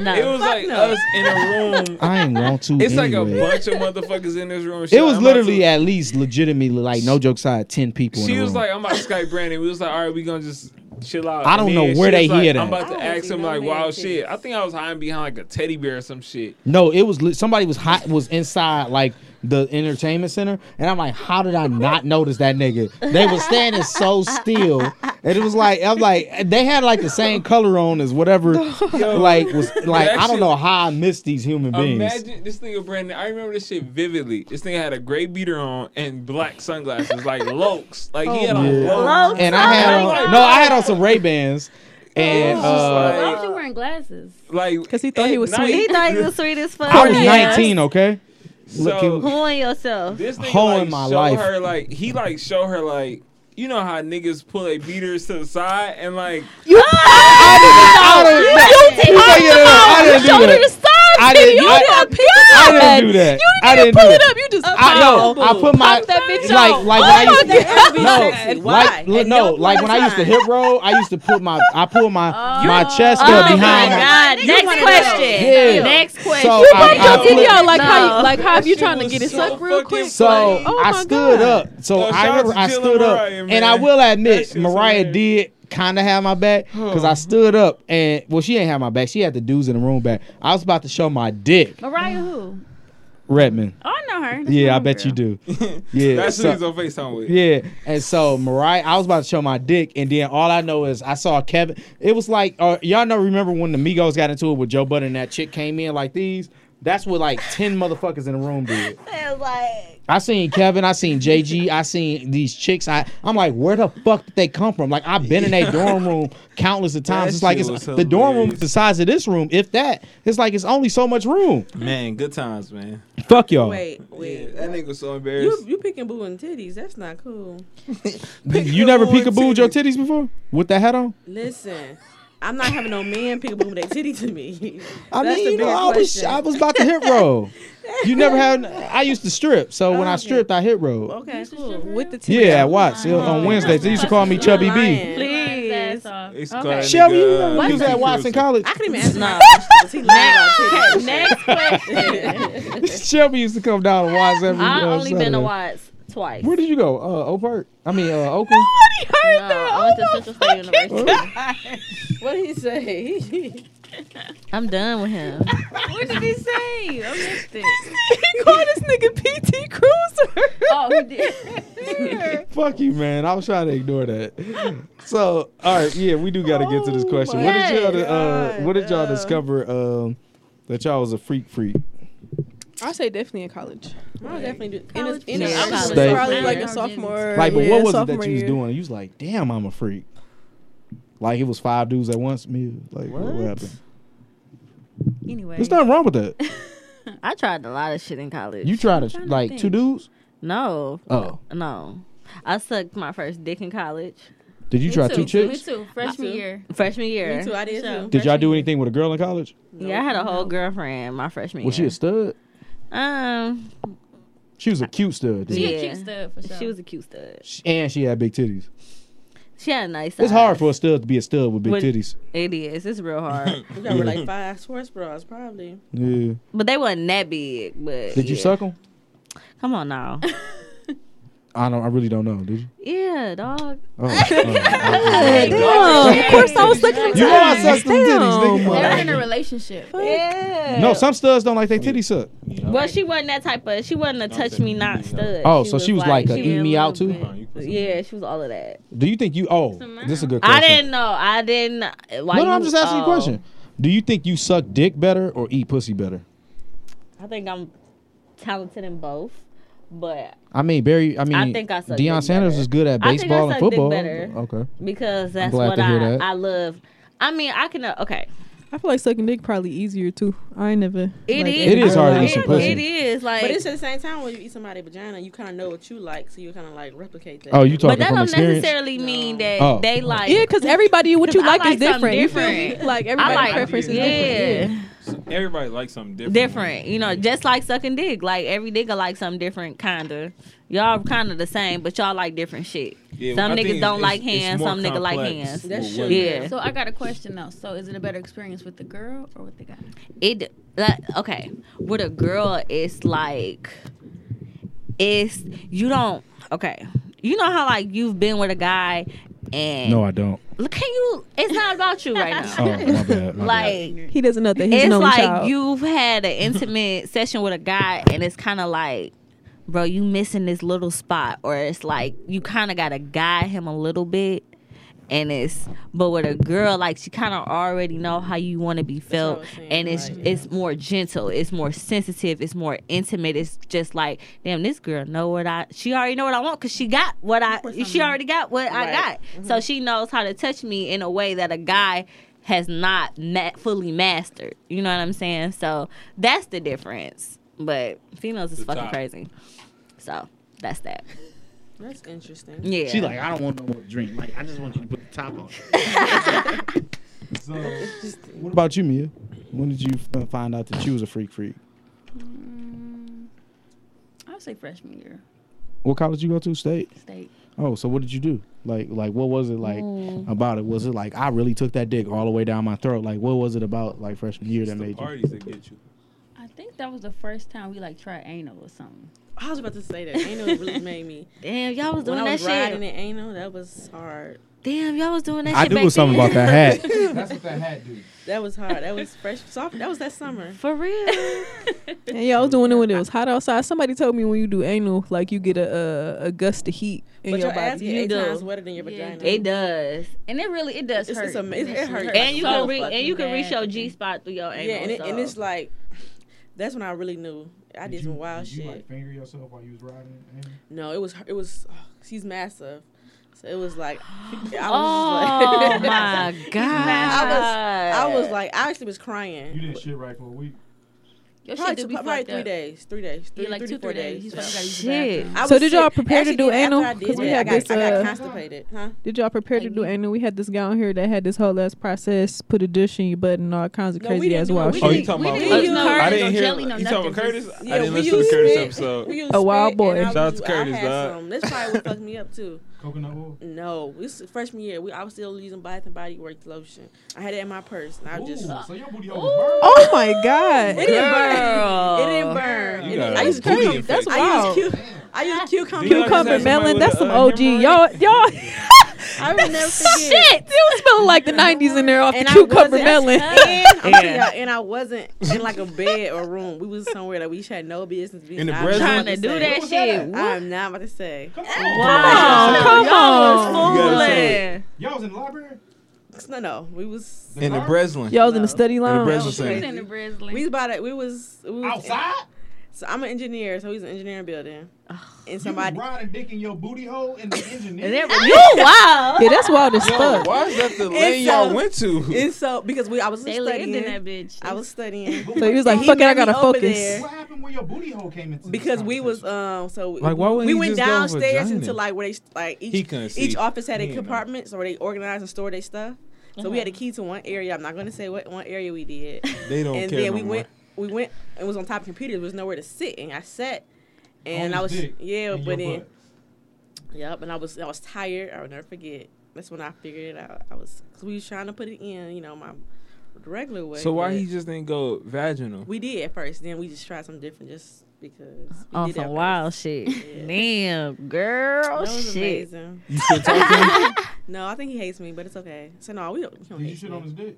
No.
It was like
no.
us in a room.
I ain't want to.
It's like a
anyway.
bunch of motherfuckers in this room.
It was literally
at.
at least legitimately like no joke side ten people. in
She
the
was
room.
like, I'm about to Skype Brandon. We was like, all right, we gonna just chill out.
I don't
And
know
then
where
she
they
was like,
hear that.
I'm about
I
to
don't
ask
see
him
no
like
man
wild
titties.
shit. I think I was hiding behind like a teddy bear or some shit.
No, it was lit- somebody was hot was inside like the entertainment center, and I'm like, how did I not notice that nigga? They were standing so still, and it was like I'm like they had like the same color on as whatever, like was like I don't know how I missed these human beings.
Imagine this nigga Brandon. I remember this shit vividly. This nigga had a gray beater on and black sunglasses, like Lokes. Like he had on
Oh, Yeah.
Lokes.
and I had
Oh my
on, no, I had on some Ray Bans, and uh,
Why was you wearing glasses?
Like
Because he thought he
at
was
night,
sweet.
He thought you was sweet as fuck.
I was 19, okay. Look, he
So
was-
Who on yourself?
this nigga
Hoeing
like
my
show
life.
her like he like show her like you know how niggas pull their beaters to the side and like
Ah,
I didn't, I didn't, I didn't do that. I didn't, I, I didn't do that. I didn't do
Pull it
that.
up. You just
I know. I put my
Pop that bitch
like
out.
like
Oh
when I
my
used to
That would be
no
sexy. Why?
like li-
At
no
point
like
in
when I used to
time.
hip roll I used to put my I pull my my chest
Oh
up
my
behind my
god. Next question.
Yeah.
Next question.
so
You break
I,
your
I
titty
flipped-
out like how
No.
you, like how if you
shit
trying to
was
get it
so
sucked real
fucking
quick.
so
like, oh
I
my
stood up
God.
so
Yo,
I
shout out
remember
to
I
Jill
stood
and
up
Mariah,
and I
man.
will
That
admit
shit's
Mariah
hilarious.
did kind of have my back because I stood up and well she ain't have my back she had the dudes in the room back I was about to show my dick
Mariah who?
Redman
Oh, I know her. That's
yeah
my
I bet you
homegirl.
do yeah
that's
so-
who he's on Facetime with.
Yeah, and so Mariah, I was about to show my dick, and then all I know is I saw Kevin. It was like, uh, y'all know, remember when the Migos got into it with Joe Budden and that chick came in like these? That's what like ten motherfuckers in the room did.
Like,
I seen Kevin, I seen JG, I seen these chicks. I I'm like, where the fuck did they come from? Like I've been in a dorm room countless of times.
That
it's like
shit
it's
was
the dorm room
hilarious.
is the size of this room, if that. It's like it's only so much room.
Man, good times, man.
Fuck y'all.
Wait, wait.
that nigga was so
You
embarrassed.
you picking boo and titties? That's not cool.
you never
peek
peekabooed booed your titties before with that hat on?
Listen, I'm not having no man pick a boo with their titty to me.
I
That's
mean,
the
you know,
big
I was
question.
I was about to hit roll. you never had. I used to strip, so when I
Okay.
stripped, I hit roll.
Okay, cool.
With the titty.
Yeah, at Watts it was on Wednesdays. They used to call me Chubby B.
lying.
Please.
It's
Okay.
called-
Shelby, you
Nigga,
know, you was at
Watson
Watts in
Cruiser.
college.
I couldn't even answer my question 'cause he lied
Next question.
about titties.
Shelby used to come down to Watts every.
I
uh,
only been to
Saturday.
Watts twice.
Where did you go? Uh, Oak Park. I mean, uh, Oakland.
no, I went to Central State University.
What did he say?
I'm done with him.
what did he say? I missed it.
he called this nigga PT Cruiser.
Oh, he did.
Fuck you, man. I was trying to ignore that. So, all right, yeah, we do got to get to this question. What did y'all? Uh, what did y'all discover? Um, that y'all was a freak freak.
I say definitely in college.
I'll definitely do. In
College
his, in his,
kids.
I was
Stay.
probably like
Yeah.
a sophomore.
Like, but
yeah,
what was it
sophomore
that you was
year.
doing? You was like, damn, I'm a freak. Like it was five dudes at once. Me, like, what,
What?
happened?
Anyway.
There's nothing wrong with that.
I tried a lot of shit in college.
You try to
trying to
like
think.
two dudes.
no,
Oh,
no. I sucked my first dick in college.
Did you try
too.
two
Me
chicks?
too. Freshman year.
Freshman year.
Me too. I did
So-
too.
Did y'all do anything with a girl in college?
Yeah, I had a whole girlfriend my freshman
Was she
year.
a stud?
um,
She was a cute stud, dude.
She a
Yeah.
cute stud for sure.
she was a cute stud.
Sh- and she had big titties.
She had a nice.
It's
size.
hard for a stud to be a stud with big
When-
titties.
It is. It's real hard.
We got
Mm-hmm.
like five sports bras, probably.
Yeah.
but they wasn't that big. But
Did you
yeah.
suck them?
Come on now.
I don't. I really don't know. Did you?
yeah, dog.
Oh, oh.
Damn, of course I was looking at
you know I sucked them titties,
Damn.
They're
nigga.
in a relationship.
Yeah.
No, some studs don't like they titty suck.
Well, she wasn't that type of. She wasn't a touch me not stud.
Oh, so she was like a
she
eat me
a
out
little
too?
bit- Yeah, she was all of that.
Do you think you? Oh, this is a good.
I
Question.
didn't know. I didn't. Why
no, no,
you-
I'm just asking you a
oh.
question. Do you think you suck dick better or eat pussy better?
I think I'm talented in both, but
I mean, Barry. I mean,
think I suck dick
Deion Sanders
better.
is good at
I think I
baseball and
suck dick
football.
better.
Okay.
because that's
glad
what
to hear
I
that.
I love. I mean, I can. Uh, okay,
I feel like sucking dick probably easier too. I ain't never.
it
like,
is.
It is hard to eat some
It-
pussy.
It is like.
But it's at the same time when you eat somebody's vagina, you kind of know what you like, so you kind of like replicate that.
Oh, you
but
talking
that
from
don't
experience?
necessarily mean that
Oh.
they like.
Yeah, because everybody, what you
'Cause I
like, is
like something
different. You feel me?
different.
Like
I
everybody's
like.
preference is
yeah.
different.
Everybody likes something different.
different. You know, just like sucking dick. Like every nigga like something different, kinda. Y'all kinda the same, but y'all like different shit.
Yeah,
some
I think
niggas don't
it's-
like
it's- it's
hands,
more
some nigga like
complex
hands.
with
That's
women.
true.
Yeah.
So I got a question though. So is it a better experience with the girl or with the guy?
It d- like okay. With a girl, it's like it's you don't okay. You know how like you've been with a guy and
No, I don't.
look can you it's not about you right now.
Oh, my bad. my bad.
like
He doesn't know that he's an
it's
only
like
child.
you've had an intimate session with a guy and it's kind of like bro you missing this little spot or it's like you kind of gotta guide him a little bit and it's but with a girl like she kind of already know how you want to be felt
what I'm saying,
and it's
like,
it's more gentle it's more sensitive it's more intimate it's just like damn this girl know what i she already know what i want because she got what i she already got what i
Right.
got
Mm-hmm.
so she knows how to touch me in a way that a guy has not ma- fully mastered you know what i'm saying so that's the difference but females is
The
fucking
top.
crazy so that's that
That's interesting.
yeah
She like, I don't want no more drink. Like, I just want you to put the top on.
So
What about you, Mia? When did you f- find out that you was a freak freak?
Mm, I would say freshman year.
What college you go to? State.
State.
Oh, so what did you do? Like, like what was it like
Mm.
about it? Was it like I really took that dick all the way down my throat? Like, what was it about like freshman year
It's
that
the
made you?
parties that get you.
I think that was the first time we like tried anal or something.
I was about to say that. Anal really made me.
damn y'all was
When
doing
I
that
was riding
shit
in anal, that was hard.
damn y'all was doing that
I
shit
do
back
something
then.
about that hat.
that's what that hat do.
That was hard. That was fresh. Soft. That was that summer.
for real
And yeah, I was doing it when it was hot outside. Somebody told me when you do anal, like you get a a, a gust of heat in
But
your
your ass
body.
get eight
do.
times wetter than your
Yeah.
vagina.
it does
And it really it does
It's-
hurt.
it's ama- it- it
That shit
hurts.
hurts
and you
so
can re-
fucking
and you can reach
bad.
your G spot through your anal.
Yeah, and, it, and
so-
it's like that's when I really knew I did, some
you,
wild
did
shit.
You like finger yourself while you was riding. it?
no, it was it was oh, she's massive, so it was like I was
oh
just like,
my god!
I was I was like I actually was
You
crying.
didn't shit right for a week.
Your
Probably,
shit do
two-
be
probably
fucked
three
up.
days, three days, three,
Yeah, like
three
two,
to four
three days.
days.
He's fucking gotta use the
Shit.
bathroom.
I
So
was
did y'all
sick.
prepare to
Actually,
do
then after
anal?
I did
'Cause we
that,
had
I got,
this,
I
uh,
got constipated, huh?
Did y'all prepare to do anal? We had this guy on here that had this whole ass process, put a dish in your butt, and all kinds of
No, we
crazy
didn't
ass
do it.
wild
We
Oh, you
shit.
didn't-
talking
we
about?
didn't
Curtis?
use no
I
curds,
didn't
no
hear.
jelly, no
you talking
nothing.
about Curtis?
Yeah,
I didn't
we
listen to
used
Curtis
spit.
episode.
We used
A wild
spit,
boy.
and I
Shout out
was-
to Curtis,
I had
dog.
some. That's probably what fucked me up too.
Coconut oil.
No, this is freshman year. We I was still using Bath and Body Works lotion. I had it in my purse, and I
Ooh,
just
so your booty almost burned.
Oh my god!
it didn't burn. It didn't burn.
You
It didn't-
got a
I used
booty
cucumber.
infection.
That's wild. I used, cu-
Damn.
I used cucumber.
Dude, I just
Cucumber
had somebody
melon.
with
That's
a,
some
uh,
OG.
hemorrhoid.
Y'all, y'all,
I will never forget.
shit! It was smelling like the '90s in there off
And
the
I
cucumber
wasn't-
melon.
I'm telling y'all, and I wasn't in like a bed or room. We was somewhere that we had no business being.
In the
I'm
breast
not
room?
trying
about
to
to
do
say.
that shit.
I'm not about to say.
Wow,
Come on.
You gotta say
fooling.
Y'all was in the library.
No, no, we was
In the
car?
Breslin.
Y'all was in the study
In the
lounge.
Breslin.
in the
we
Breslin.
was about it. We was, we was
Outside.
So I'm an engineer, so he's an engineering building. And somebody
You ride a dick in your booty hole and the engineer.
you wow.
Yeah, that's wild as
Yo,
fuck.
why is that the lane y'all
so-
went to?
And so because we I was
They lived
studying.
in that bitch.
I was studying.
So he was like,
He
"Fuck it, I
met me
gotta
over
focus."
there.
What happened when your booty hole came into this
because we was
conversation?
um so
Like, why wouldn't
we
he
went
just go
downstairs
vagina?
into like where they like
He
each
couldn't
each
see.
office had
He
a
didn't know.
compartment so where they organized and stored their stuff. So we had
Uh-huh.
a key to one area. I'm not going to say what one area we did.
They don't
and
care
then
no
we
more.
went we went it was on top of computers. There was nowhere to sit and I sat and
On
I was
his dick
yeah,
in your
but then
butt.
yep, and I was I was tired. I'll never forget. That's when I figured it out. I was cause we was trying to put it in, you know, my regular way.
So why
but
he just didn't go vaginal?
we did at first, then we just tried something different just because. we
On
did that
Oh, some
first.
wild shit.
Yeah.
Damn, girl,
That was
shit.
amazing.
You still talk to him?
No, I think he hates me, but it's okay. So no, we don't. He
Did
don't
you
hate
shit
me.
on his dick?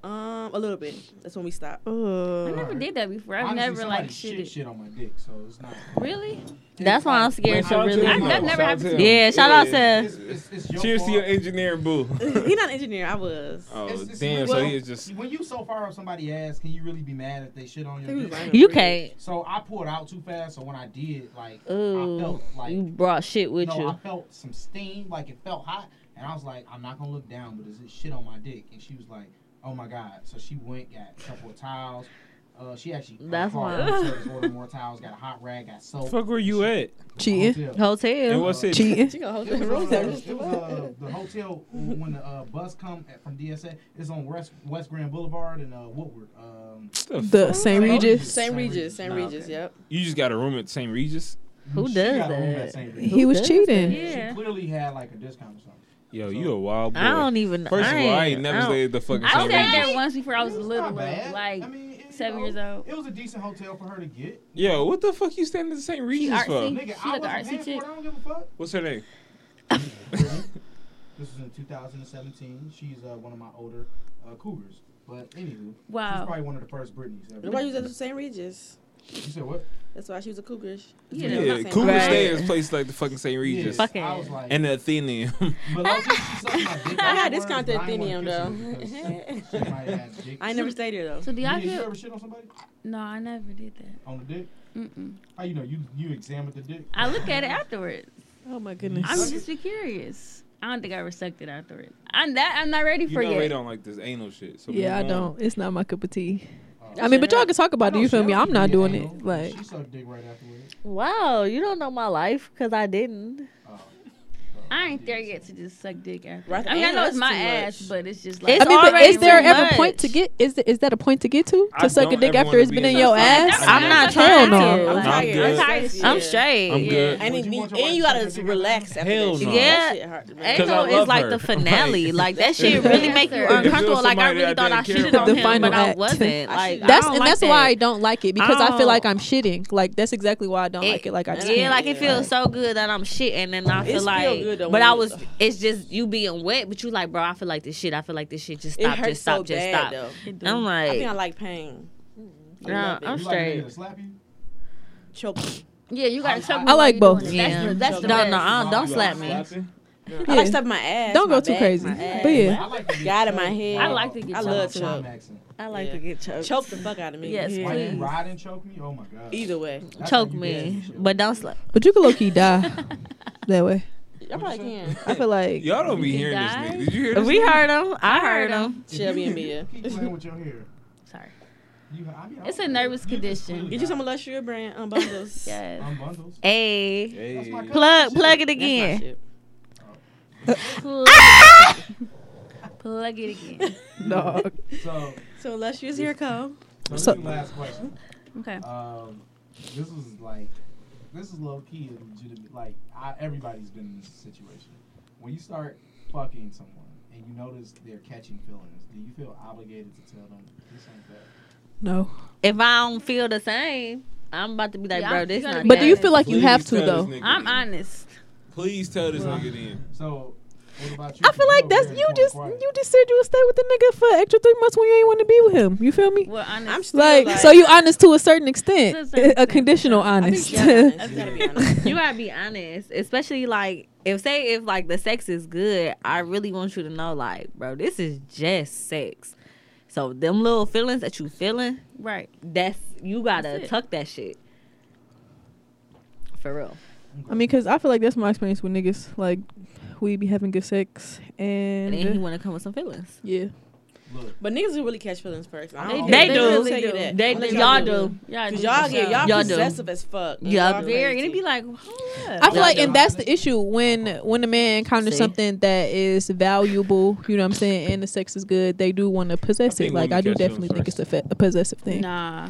Um, a little bit. That's when we stopped.
I never did that before. I've
Honestly,
never
somebody
like shit.
shit
it.
shit on my dick, so it's not.
Really?
That's why I'm scared
Shout
to
out
really.
him.
That
Shout
never
out
happened to
him.
yeah, shout out
It's,
to.
it's, it's your
Cheers
fault.
to your engineering boo.
He's not an engineer. I was.
Oh
It's- it's-
damn! so
well,
he is just
When you so far up somebody's ass, can you really be mad if they shit on
He was
your dick?
lying.
You can't.
So I pulled out too fast. So when I did, like I
Ooh,
felt like
Mm. you brought shit with
no, I
you.
felt some steam, like it felt hot, and I was like, I'm not gonna look down, but is it shit on my dick? And she was like, Oh my god! So she went, got a couple of towels. Uh, she actually uh,
That's
called
why-
room service, ordered more towels, got a hot rag, got soap.
fuck were you at?
Cheating.
Hotel.
And
Hotel.
what city?
Cheating.
She gonna hold
It
that room
was, uh,
service.
it was, uh, the hotel when the uh, bus come at- from DSA. It's on West West Grand Boulevard and uh, Woodward. Um,
The St. Regis.
St. Regis, St.
Nah,
Regis,
okay.
yep.
You just got a room at St. Regis?
Who
she
does
got a room
that?
at St. Regis.
He was cheating.
She
Yeah.
clearly had like a discount or something.
Yo, you a wild boy.
I don't even.
First
I
of all, I
ain't-
ain't never
I don't-
stayed at the fucking
I
St.
stayed
Regis.
there once before I was
It
little,
not bad.
like
I mean, it-
seven
you know,
years old.
It was a decent hotel for her to get.
Yo, what the fuck you standing at St. Regis for?
artsy.
Nigga,
She
I
like a
wasn't paying
artsy
for it.
chick.
I don't give a fuck.
What's her name?
This was in 2017. She's uh, one of my older uh, cougars. But anywho, she's
Wow.
probably one of the first Britneys. Ever.
Nobody was at the St. Regis.
You said what?
That's why she was a cougar.
Yeah,
Yeah,
yeah
St.
Cooper
Regis.
Stay is place like the fucking St. Regis.
Yeah,
Fucking-
I was like,
And the Athenium.
But low key, she sucked my dick
I had
afterwards, but
discount that
I ain't
Athenium,
wanna
though.
kiss her because she might have dick.
I ain't never stayed there though.
So do
Yeah,
y'all
you
get?
ever shit on somebody
No, I never did that.
on the dick?
Mm-mm.
How you know? You you examined the dick.
I look at it afterwards.
Oh my goodness.
I'm just be curious. I don't think I respect it afterwards. I'm that I'm not ready
You
for
know Ray
yet.
don't like this anal shit. So
Yeah, I
move on.
don't. It's not my cup of tea.
Uh,
I mean, but y'all
Sherry-
can talk about
I
it.
know
You feel me?
Sherry
I'm not
did
doing
anal,
it. Like,
she sucked dick right afterwards.
Wow, you don't know my life because I didn't.
Oh.
I ain't there yet to just suck dick after.
Right,
I mean, I
and
know it's
that's
my
too
ass,
much.
but it's just like
It's
I mean, but
already
is there
too
ever
much.
a point to get? Is th- is that a point to get to?
I
To suck a
don't
dick
ever
after
wanna
it's
be
been
in
in
that
your
situation.
ass?
I'm not
Hell
trying
no.
I'm
I'm
to.
tired. I'm
good.
tired.
I'm
Yeah.
straight.
I'm good.
And,
Would
it,
you want your
and you
wife to
gotta
suck your dick
relax after
Hell
that.
no.
shit.
Yeah.
That shit hurt, man.
Ain't 'Cause I
Anal
love
is like
her.
the finale.
Like-
like that shit really make you
If it was
uncomfortable. Like I
somebody
really
I
thought I
didn't care
shitted
about.
on
The
him,
final
but I
act.
wasn't. Like
That's
I don't
and
like
that's
that.
why I don't like it because I, feel like
Oh.
don't.
I'm shitting. Like that's exactly why I don't like it. Like I just
yeah,
can't.
like it feels so good that I'm shitting and I
It's
feel
still
like,
good though
but
when
I
you-
was. It's just you being wet, but you like, bro. I feel like this shit. I feel like this shit. Just
It
stop.
hurts
Just stop.
so
just
bad
stop.
though.
I'm
I
like,
think I like pain. I
Nah,
love it.
I'm
You like a nigga
straight.
to slap you?
Choke.
yeah, you gotta
I-
suck.
I-
me
I
while
like
you're doing
both.
it.
Yeah.
That's the that's the
No,
best.
no, I don't, don't
You
slap
like
me.
slapping?
I
Yeah.
like stuff in my ass.
Don't
my
go too
back,
crazy.
my ass.
But yeah.
I like to get
Get out of my
choked.
head.
I like to get
I love
choked.
choke.
Climaxing.
I like
Yeah.
to get choked.
Choke the fuck out of me.
Yes,
Yeah.
Why you
please.
ride and choke me? Oh my god.
Either way,
That's
Choke
how you get
me,
me, shit.
but don't slap.
But you could low key die that way.
I probably can.
I feel like
Y'all don't be
You
hearing this
die?
nigga. Did you hear this?
We heard him. I heard
heard
him.
Shelby and Mia.
Keep playing with your hair.
Sorry.
You, I mean, I
It's
don't
a
care.
nervous
You just
condition.
clearly
Get you
got
some of Luxury brand um, bundles.
Yes.
some bundles.
Hey,
That's my
Hey.
plug, plug it
That's my
again.
shit.
Plug, plug it
Um,
again.
dog.
So,
So Luxury's here, come.
so this
So-
is the last question.
Okay.
Um, this was like, this is low key and legitimate. Like, I, everybody's been in this situation. When you start fucking someone and you notice they're catching feelings, do you feel obligated to tell them this ain't that?
No.
If I don't feel the same, I'm about to be like,
Yeah,
bro,
I'm-
this
you gotta
not.
be
But do you
that.
feel like you
Please
have to
tell this
though?
nigga
I'm
then.
honest.
Please tell this nigga then.
So, what about you?
I feel like that's you just you just said you would stay with the nigga for extra three months when you ain't want to be with him. You feel me?
Well, honest.
I'm still
Like,
like,
so you honest to a certain extent,
To a certain
a
extent.
conditional
I
honest.
think you gotta honest. You gotta be honest.
you gotta be honest, especially like if say if like the sex is good, I really want you to know like, bro, this is just sex. So them little feelings that you feeling,
Right.
that's you gotta
That's it.
tuck that shit. For real.
I mean, because I feel like that's my experience with niggas. Like, we be having good sex,
And
and,
then he wanna come with some feelings.
yeah,
Look,
But niggas will really catch feelings first. I
They
They
don't care. I'll
do.
do.
tell you
They
that.
They
I'll
do.
let
Y'all do.
Y'all,
Cause
do
y'all
yourself.
get y'all,
Y'all do.
possessive as fuck. Like,
Yeah,
y'all
very. And it'd be
crazy.
like, hold up.
I feel
Y'all
like,
do.
and that's the issue when when a man encounters
See?
something that is valuable, you know what I'm saying, and the sex is good, they do want to possess
I
it.
think
Like,
women
I do
catch feelings
definitely think it's
first.
a, fe- a possessive thing.
Nah.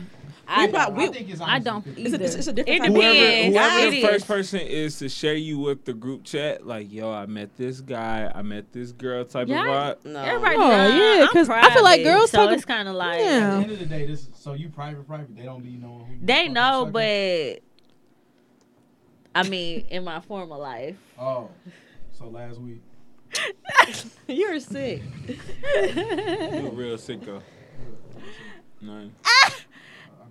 I
we probably,
I
we,
think it's
I
honestly
don't
fifty.
it's, a, it's a different
It
type of
Whoever,
depends.
person.
Wow.
whoever
It
the
is.
first person is to share you with the group chat, like, yo, I met this guy, I met this girl type
Yeah.
of vibe.
No.
Everybody.
Oh,
nah,
yeah,
I'm
'cause I feel like
private,
girls
so
talk-
it's kind of like
At the
Yeah.
end of the day, this is, so you private, private. They don't be knowing who you
They
fucking
know,
sucking.
but I mean, in my former life,
oh, so last week,
you're sick.
You a real sicko. No.
I'm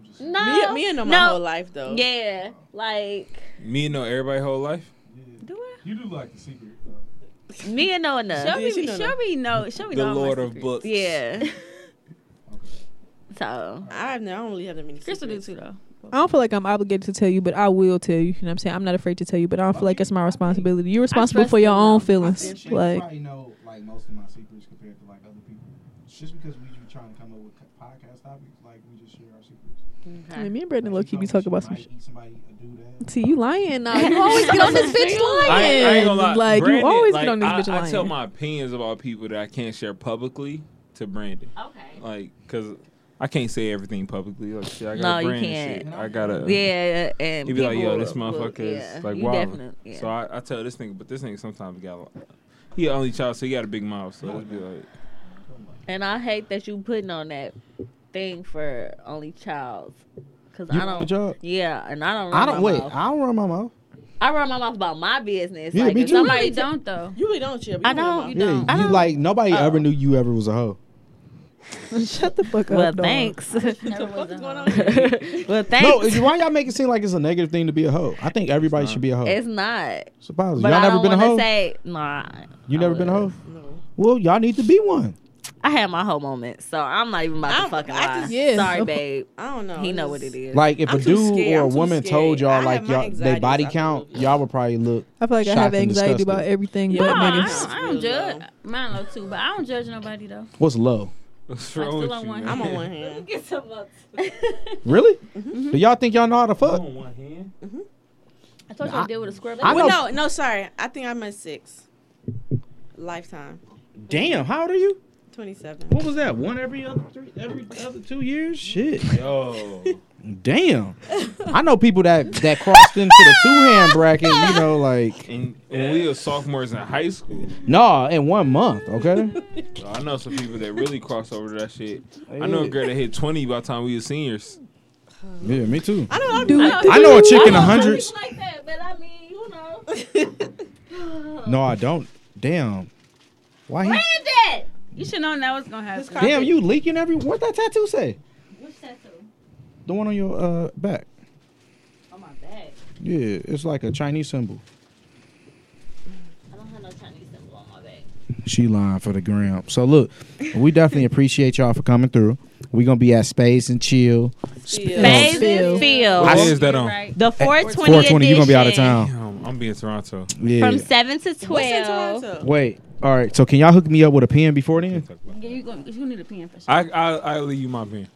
just
no.
Me, me and them my
No.
whole life though.
Yeah, like
Me know everybody whole life.
yeah.
do I?
you do like the secret. Uh,
Me and no enough.
Shelby,
Yeah, she know that.
Shelby know. Shelby
the
know all my
Lord of
secrets.
Books.
Yeah.
okay.
So
I've no, I don't really have that many.
Crystal do
secrets.
too though.
I don't feel like I'm obligated to tell you, but I will tell you. You know what I'm saying? I'm not afraid to tell you, but I don't feel like it's my responsibility. You're responsible
trust
for your
them,
own
though.
I
feelings.
think she
Like,
probably know like most of my secrets compared to like other people. Just because we be trying to come up with co- podcast topics, like we just share our secrets.
yeah,
okay.
me and Brandon low
Like,
key
you
be
told
talking
me
about some
she
shit.
might eat somebody uh, a dude
See, you lying now. You always get on this bitch lying.
I, ain't- I ain't gonna lie.
Like,
Brandon,
you always
like,
get on this
I,
bitch lying.
I tell my opinions about people that I can't share publicly to Brandon.
Okay.
Like, cause I can't say everything publicly. Like, shit, I
No,
got
you
Brandon
can't.
shit. I gotta.
Yeah, and
He be like,
people
yo, this
will- will-
motherfucker
yeah,
is like
you
wild.
definitely- yeah.
So I, I tell this nigga, but this nigga sometimes got. a- He an only child, so he got a big mouth. So it'd be like,
and I hate that you putting on that thing for only child, cause
You
I
run
don't.
your-
Yeah, and I don't. Run
I don't
my
wait.
Mouth.
I don't run my mouth.
I run my mouth about my business.
Yeah,
like
me
if
too.
You
somebody
really don't though.
You really don't, Chip.
I don't.
You don't.
Yeah, you
don't-
like nobody
Oh.
ever knew you ever was a hoe.
Shut the fuck
Well,
up. dog.
thanks.
Never
What the
was
fuck
a
is going
hoe.
on? here?
No,
well, thanks.
is- why y'all make it seem like it's a negative thing to be a hoe? I think everybody should be a hoe.
it's not.
It's a positive.
But
y'all
I
never
don't
been a
wanna
hoe.
Say, nah.
you
I
never been a hoe.
was.
No.
Well, y'all need to be one.
I had my whole moment, so I'm not even about
I'm-
to fucking
I
lie.
just-
Yeah.
Sorry, babe.
I don't know.
he
It's
know
just-
what it is.
Like if
I'm
a
too
dude
scared.
or a
I'm too
woman told
scared.
y'all
I
like
have my
y'all they
anxiety
body
is
count,
out.
y'all would probably look.
I feel like I
shocked
have
and
anxiety
disgusted.
about everything
Yeah,
but
No, I
Megan.
niggas.
don't, I don't judge. Mine low too, but I don't judge nobody though.
What's low?
what's
I'm
wrong
still
with
on
you?
one.
man?
I'm on one hand.
Get some up.
Really?
Mm-hmm.
Do y'all think y'all know how to
I'm
fuck?
on one hand.
I told you I deal with a square.
I
I
know-
Well, no, no, sorry. I think I'm at six. Lifetime,
Damn, how old are you?
twenty-seven.
What was that? One every other three, every other two years? Shit.
Yo,
Damn. I know people that that crossed into the two hand bracket. You know, like
and, and we were sophomores in high school.
nah, in one month. Okay.
So I know some people that really cross over to that shit. I know a girl that hit 20 by the time we were seniors.
Yeah, me too.
I know. I'm
Do
I
it.
know.
I know a chick in the
don't know
hundreds.
people like that, but I mean, you know.
No, I don't. Damn. Why? He,
Brandon!
You should know now what's gonna happen.
damn, you leaking every. What that tattoo say?
What's that to?
The one on your uh back.
On my back.
Yeah, it's like a Chinese symbol.
I don't have no Chinese symbol on my back.
She lying for the gram. So look, we definitely appreciate y'all for coming through. We gonna be at Space and Chill.
Babe
Space
Phil.
Phil.
What
I-
day is that on?
Right.
The 420.
420. You gonna be out of
edition
town.
Damn, I'm being Toronto.
Yeah.
From 7 to
What's in
12.
Toronto?
Wait. All right. So can y'all hook me up with a pen before then?
Yeah, you, going you need a pen for sure.
I, I, I leave you my pen.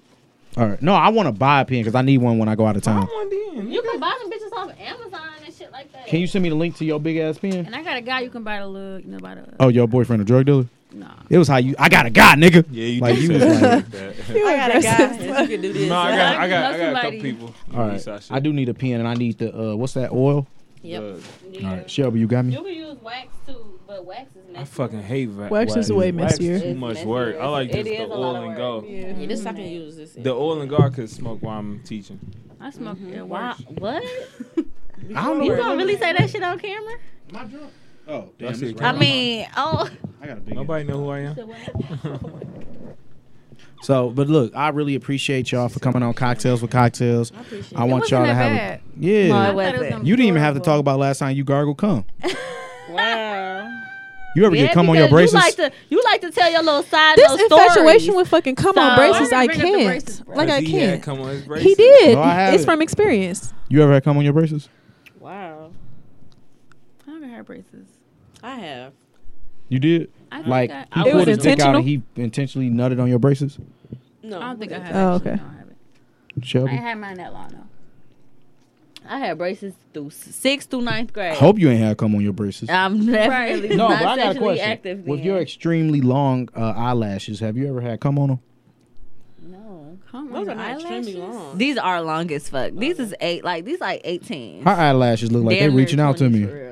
All right. No, I want to buy a pen because I need one when I go out of town.
you can buy them bitches off Amazon and shit like that.
Can you send me the link to your big ass pen?
And I got a guy you can buy the look, you know, buy the.
Oh, your boyfriend a drug dealer?
Nah.
It was how you. I got a guy, nigga.
Yeah, you
Like,
do
you
say
was
shit
like-
that.
I got a guy. that You can do this.
no, I got, I got, I
Know
got a couple
somebody.
people.
All right. I do need a pen and I need the uh, what's that oil?
Yep.
All right, Shelby, you got me.
You can use wax too, but wax is
I fucking hate that.
Wax is way
Wax
messier.
too much work. I like this, the oil and go.
Yeah, this I can use this. in.
The oil and guard could smoke while I'm teaching.
I smoke it at
Wow.
work.
What?
I don't know.
You
where-
gonna really say that shit on camera?
Oh,
That's
it's
it.
right
I
on
mean, oh.
my- I got a big.
Nobody know who I am.
So, but look, I really appreciate y'all for coming on cocktails with cocktails.
I appreciate
I
it.
want y'all to have. A, yeah.
No,
I
it
thought it was
wasn't.
gonna be
You didn't even have to
horrible.
talk about last time you gargled cum.
Wow.
You ever get come on your
because
braces?
You like to you like to tell your little side
This
little stories.
infatuation with fucking come on
So-
braces,
Why
I
did you bring up the
can't.
braces, bro?
like I
He had
can't.
come on his braces.
He did.
No, I have
it's
it.
from experience.
you ever had come on your braces?
Wow.
I don't have braces.
I have.
You did.
I think
Like
I,
he
I
It
pulled
was
his dick out
intentional?
and he intentionally nutted on your braces.
No.
I don't think I have.
Oh,
actually.
okay.
No, I haven't. I
Shelby,
ain't had mine that long though.
I had braces through sixth through ninth grade.
hope you ain't had come on your braces.
I'm definitely
no,
not
but I got a
sexually
question.
active.
With
then.
your extremely long uh, eyelashes, have you ever had come on them?
no,
Come on,
Those are
your
not extremely
eyelashes.
long.
these are long as fuck. These is eight, like these like eighteen.
Her eyelashes look like they
Damn near
reaching out to
20
me.
for real.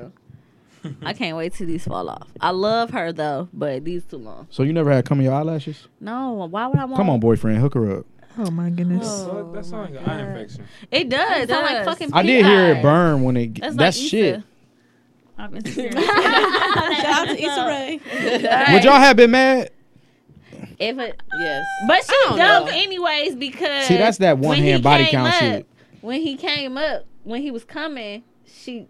I can't wait till these fall off. I love her though, but these too long.
So you never had come on your eyelashes?
No, why would I want?
Come on, boyfriend, hook her up.
Oh my goodness.
So that sounds like an eye infection.
it does.
It
Sound like
does.
fucking.
I did hear
PI.
it burn when it. That's,
That's like
shit.
Issa. I'm insecure.
Shout out to Issa Rae.
Would y'all have been mad?
If it,
Yes.
but she
I don't
dumb
know.
anyways because
See, that's that one
when he
hand body
came
count
up,
shit.
When he came up, when he was coming, she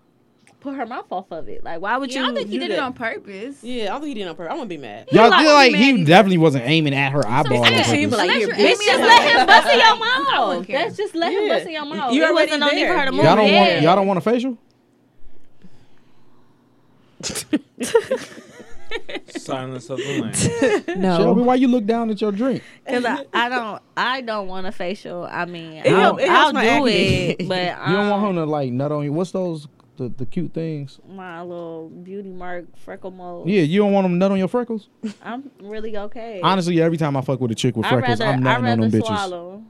put her mouth off of it. Like, why would
Yeah, I
you?
don't think he
you
did
did.
it on purpose.
Yeah, I don't think he did it on purpose. I'm gonna be mad.
Y'all
like,
feel
"Oh,
like
man,
he
he's-
definitely wasn't aiming at her eyeball.
Yeah, she
like
be like,
Unless
here,
you're
bitch.
Bitch, just let him bust in your mouth.
wouldn't care.
That's just let him
Yeah.
bust in your mouth.
You
It
already
wasn't no need
there.
for her to
Yeah.
move.
y'all don't
Yeah.
want. Y'all don't want a facial.
Silence of the land.
Shelby,
No.
why you look down at your drink?
Cause I, I don't I don't want a facial. I mean,
It
I'll,
help- it helps
I'll
my
do
acne.
it, but
You don't
um,
want her to like nut on you. What's those the, the cute things?
my little beauty mark freckle mode.
Yeah, you don't want them nut on your freckles.
I'm really okay.
Honestly, every time I fuck with a chick with
I
freckles,
rather
I'm
I
nutting on them
rather
bitches.
swallow,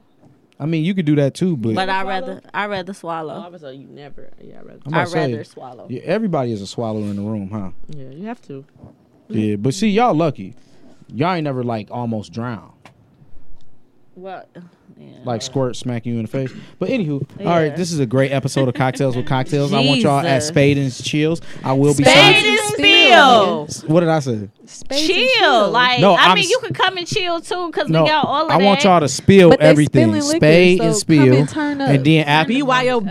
I mean, you could do that too, but,
but I
swallow?
rather I rather
Oh, I
swallow.
was like, you never. Yeah, I rather.
I'm
I
about to
rather
say,
swallow.
yeah, everybody is a swallower in the room, huh?
Yeah, you have to.
Yeah, but see, y'all lucky. Y'all ain't never like almost drown,
Well, yeah.
like squirt smack you in the face. But anywho, all right,
Yeah.
this is a great episode of Cocktails with Cocktails. I want y'all at
Jesus.
Spade and Chills. I will be.
Spade
signing-
and spill.
What did I say?
Space and
Chill, like
No,
I
I'm
mean,
s-
you could come and chill too, cause
No,
we got all of
I
that.
want y'all to spill
But they
everything.
spilling liquor,
Spade and
so come
spill,
and turn up.
then after.
BYOB.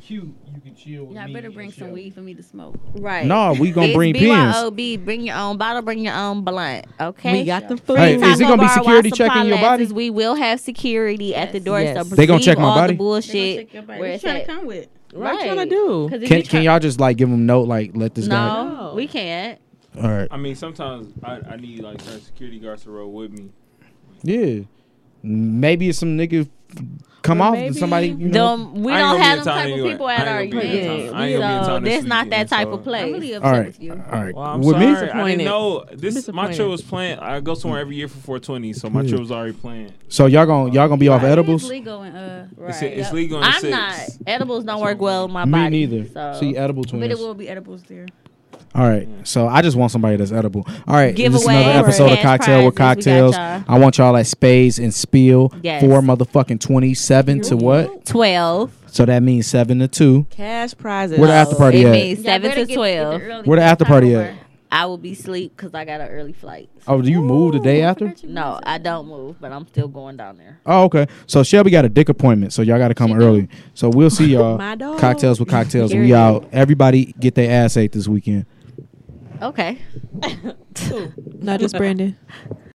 Cute, you can chill with
Y'all
me.
better bring
and
some
shit.
weed for me to smoke.
right?
No, we gonna
It's
bring pins.
BYOB. Bring your own bottle. Bring your own blunt. Okay.
We got the food.
Hey, is it
Taco
gonna be
Bar,
security
Wassapalooza,
checking your body?
We will have security at the
Yes.
door.
Yes.
So
They gonna
perceive
check my
all
body?
The
They
bullshit.
gonna check your body.
where
What you
it's
trying
at.
to come with?
What you
Right.
trying to do?
'Cause if
Can,
you
can
try-
y'all just like give them note like let this guy?
No,
No.
we can't.
All right.
I mean, sometimes I, I need like our security guards to roll with me.
Yeah. Maybe it's some nigga f- come
Or
off
maybe
somebody. You know.
Them- we
I
don't
ain't gonna be in
have them
town
type of
anyway.
people
I
at
ain't
our
gonna be in
event.
town. I ain't gonna be in
So
town this
this not
weekend,
that type
so-
of
I'm
place.
really upset
All right.
with you.
All right.
Well, I'm
With me,
sorry. I didn't
Disappointed.
know this. My
Disappointed.
trip was planned. I go somewhere every year for 420, so my
Yeah.
trip was already planned.
so y'all gonna y'all gonna be off
It is
edibles?
legal and, uh,
It's,
Right.
it's legal in
I'm
six.
not. Edibles don't
That's
work
what
well
I'm
in my
Me
body.
neither.
So.
See, edible
but
twins.
it will be edibles there.
All right. So I just want somebody that's edible. All right. this is
Giveaway,
another episode of
cash
Cocktail with
prizes, we
Cocktails.
got y'all.
I want y'all at spades and spill
Yes.
four motherfucking twenty seven to what?
Twelve.
So that means seven to two.
Cash prizes.
Where the after party
it
at?
means seven
Y'all better
to
get-
twelve.
get there early.
Where the after party at?
I will be asleep because I got an early flight.
Oh, do you move the day
Ooh, I
after?
forgot you
No,
moved.
I don't move, but I'm still going down there.
Oh, okay. So Shelby got a dick appointment, so y'all got to come early. So we'll see y'all.
My dog.
Cocktails with cocktails. we
Period.
out. Everybody get their ass ate this weekend.
Okay.
Not just Brandon.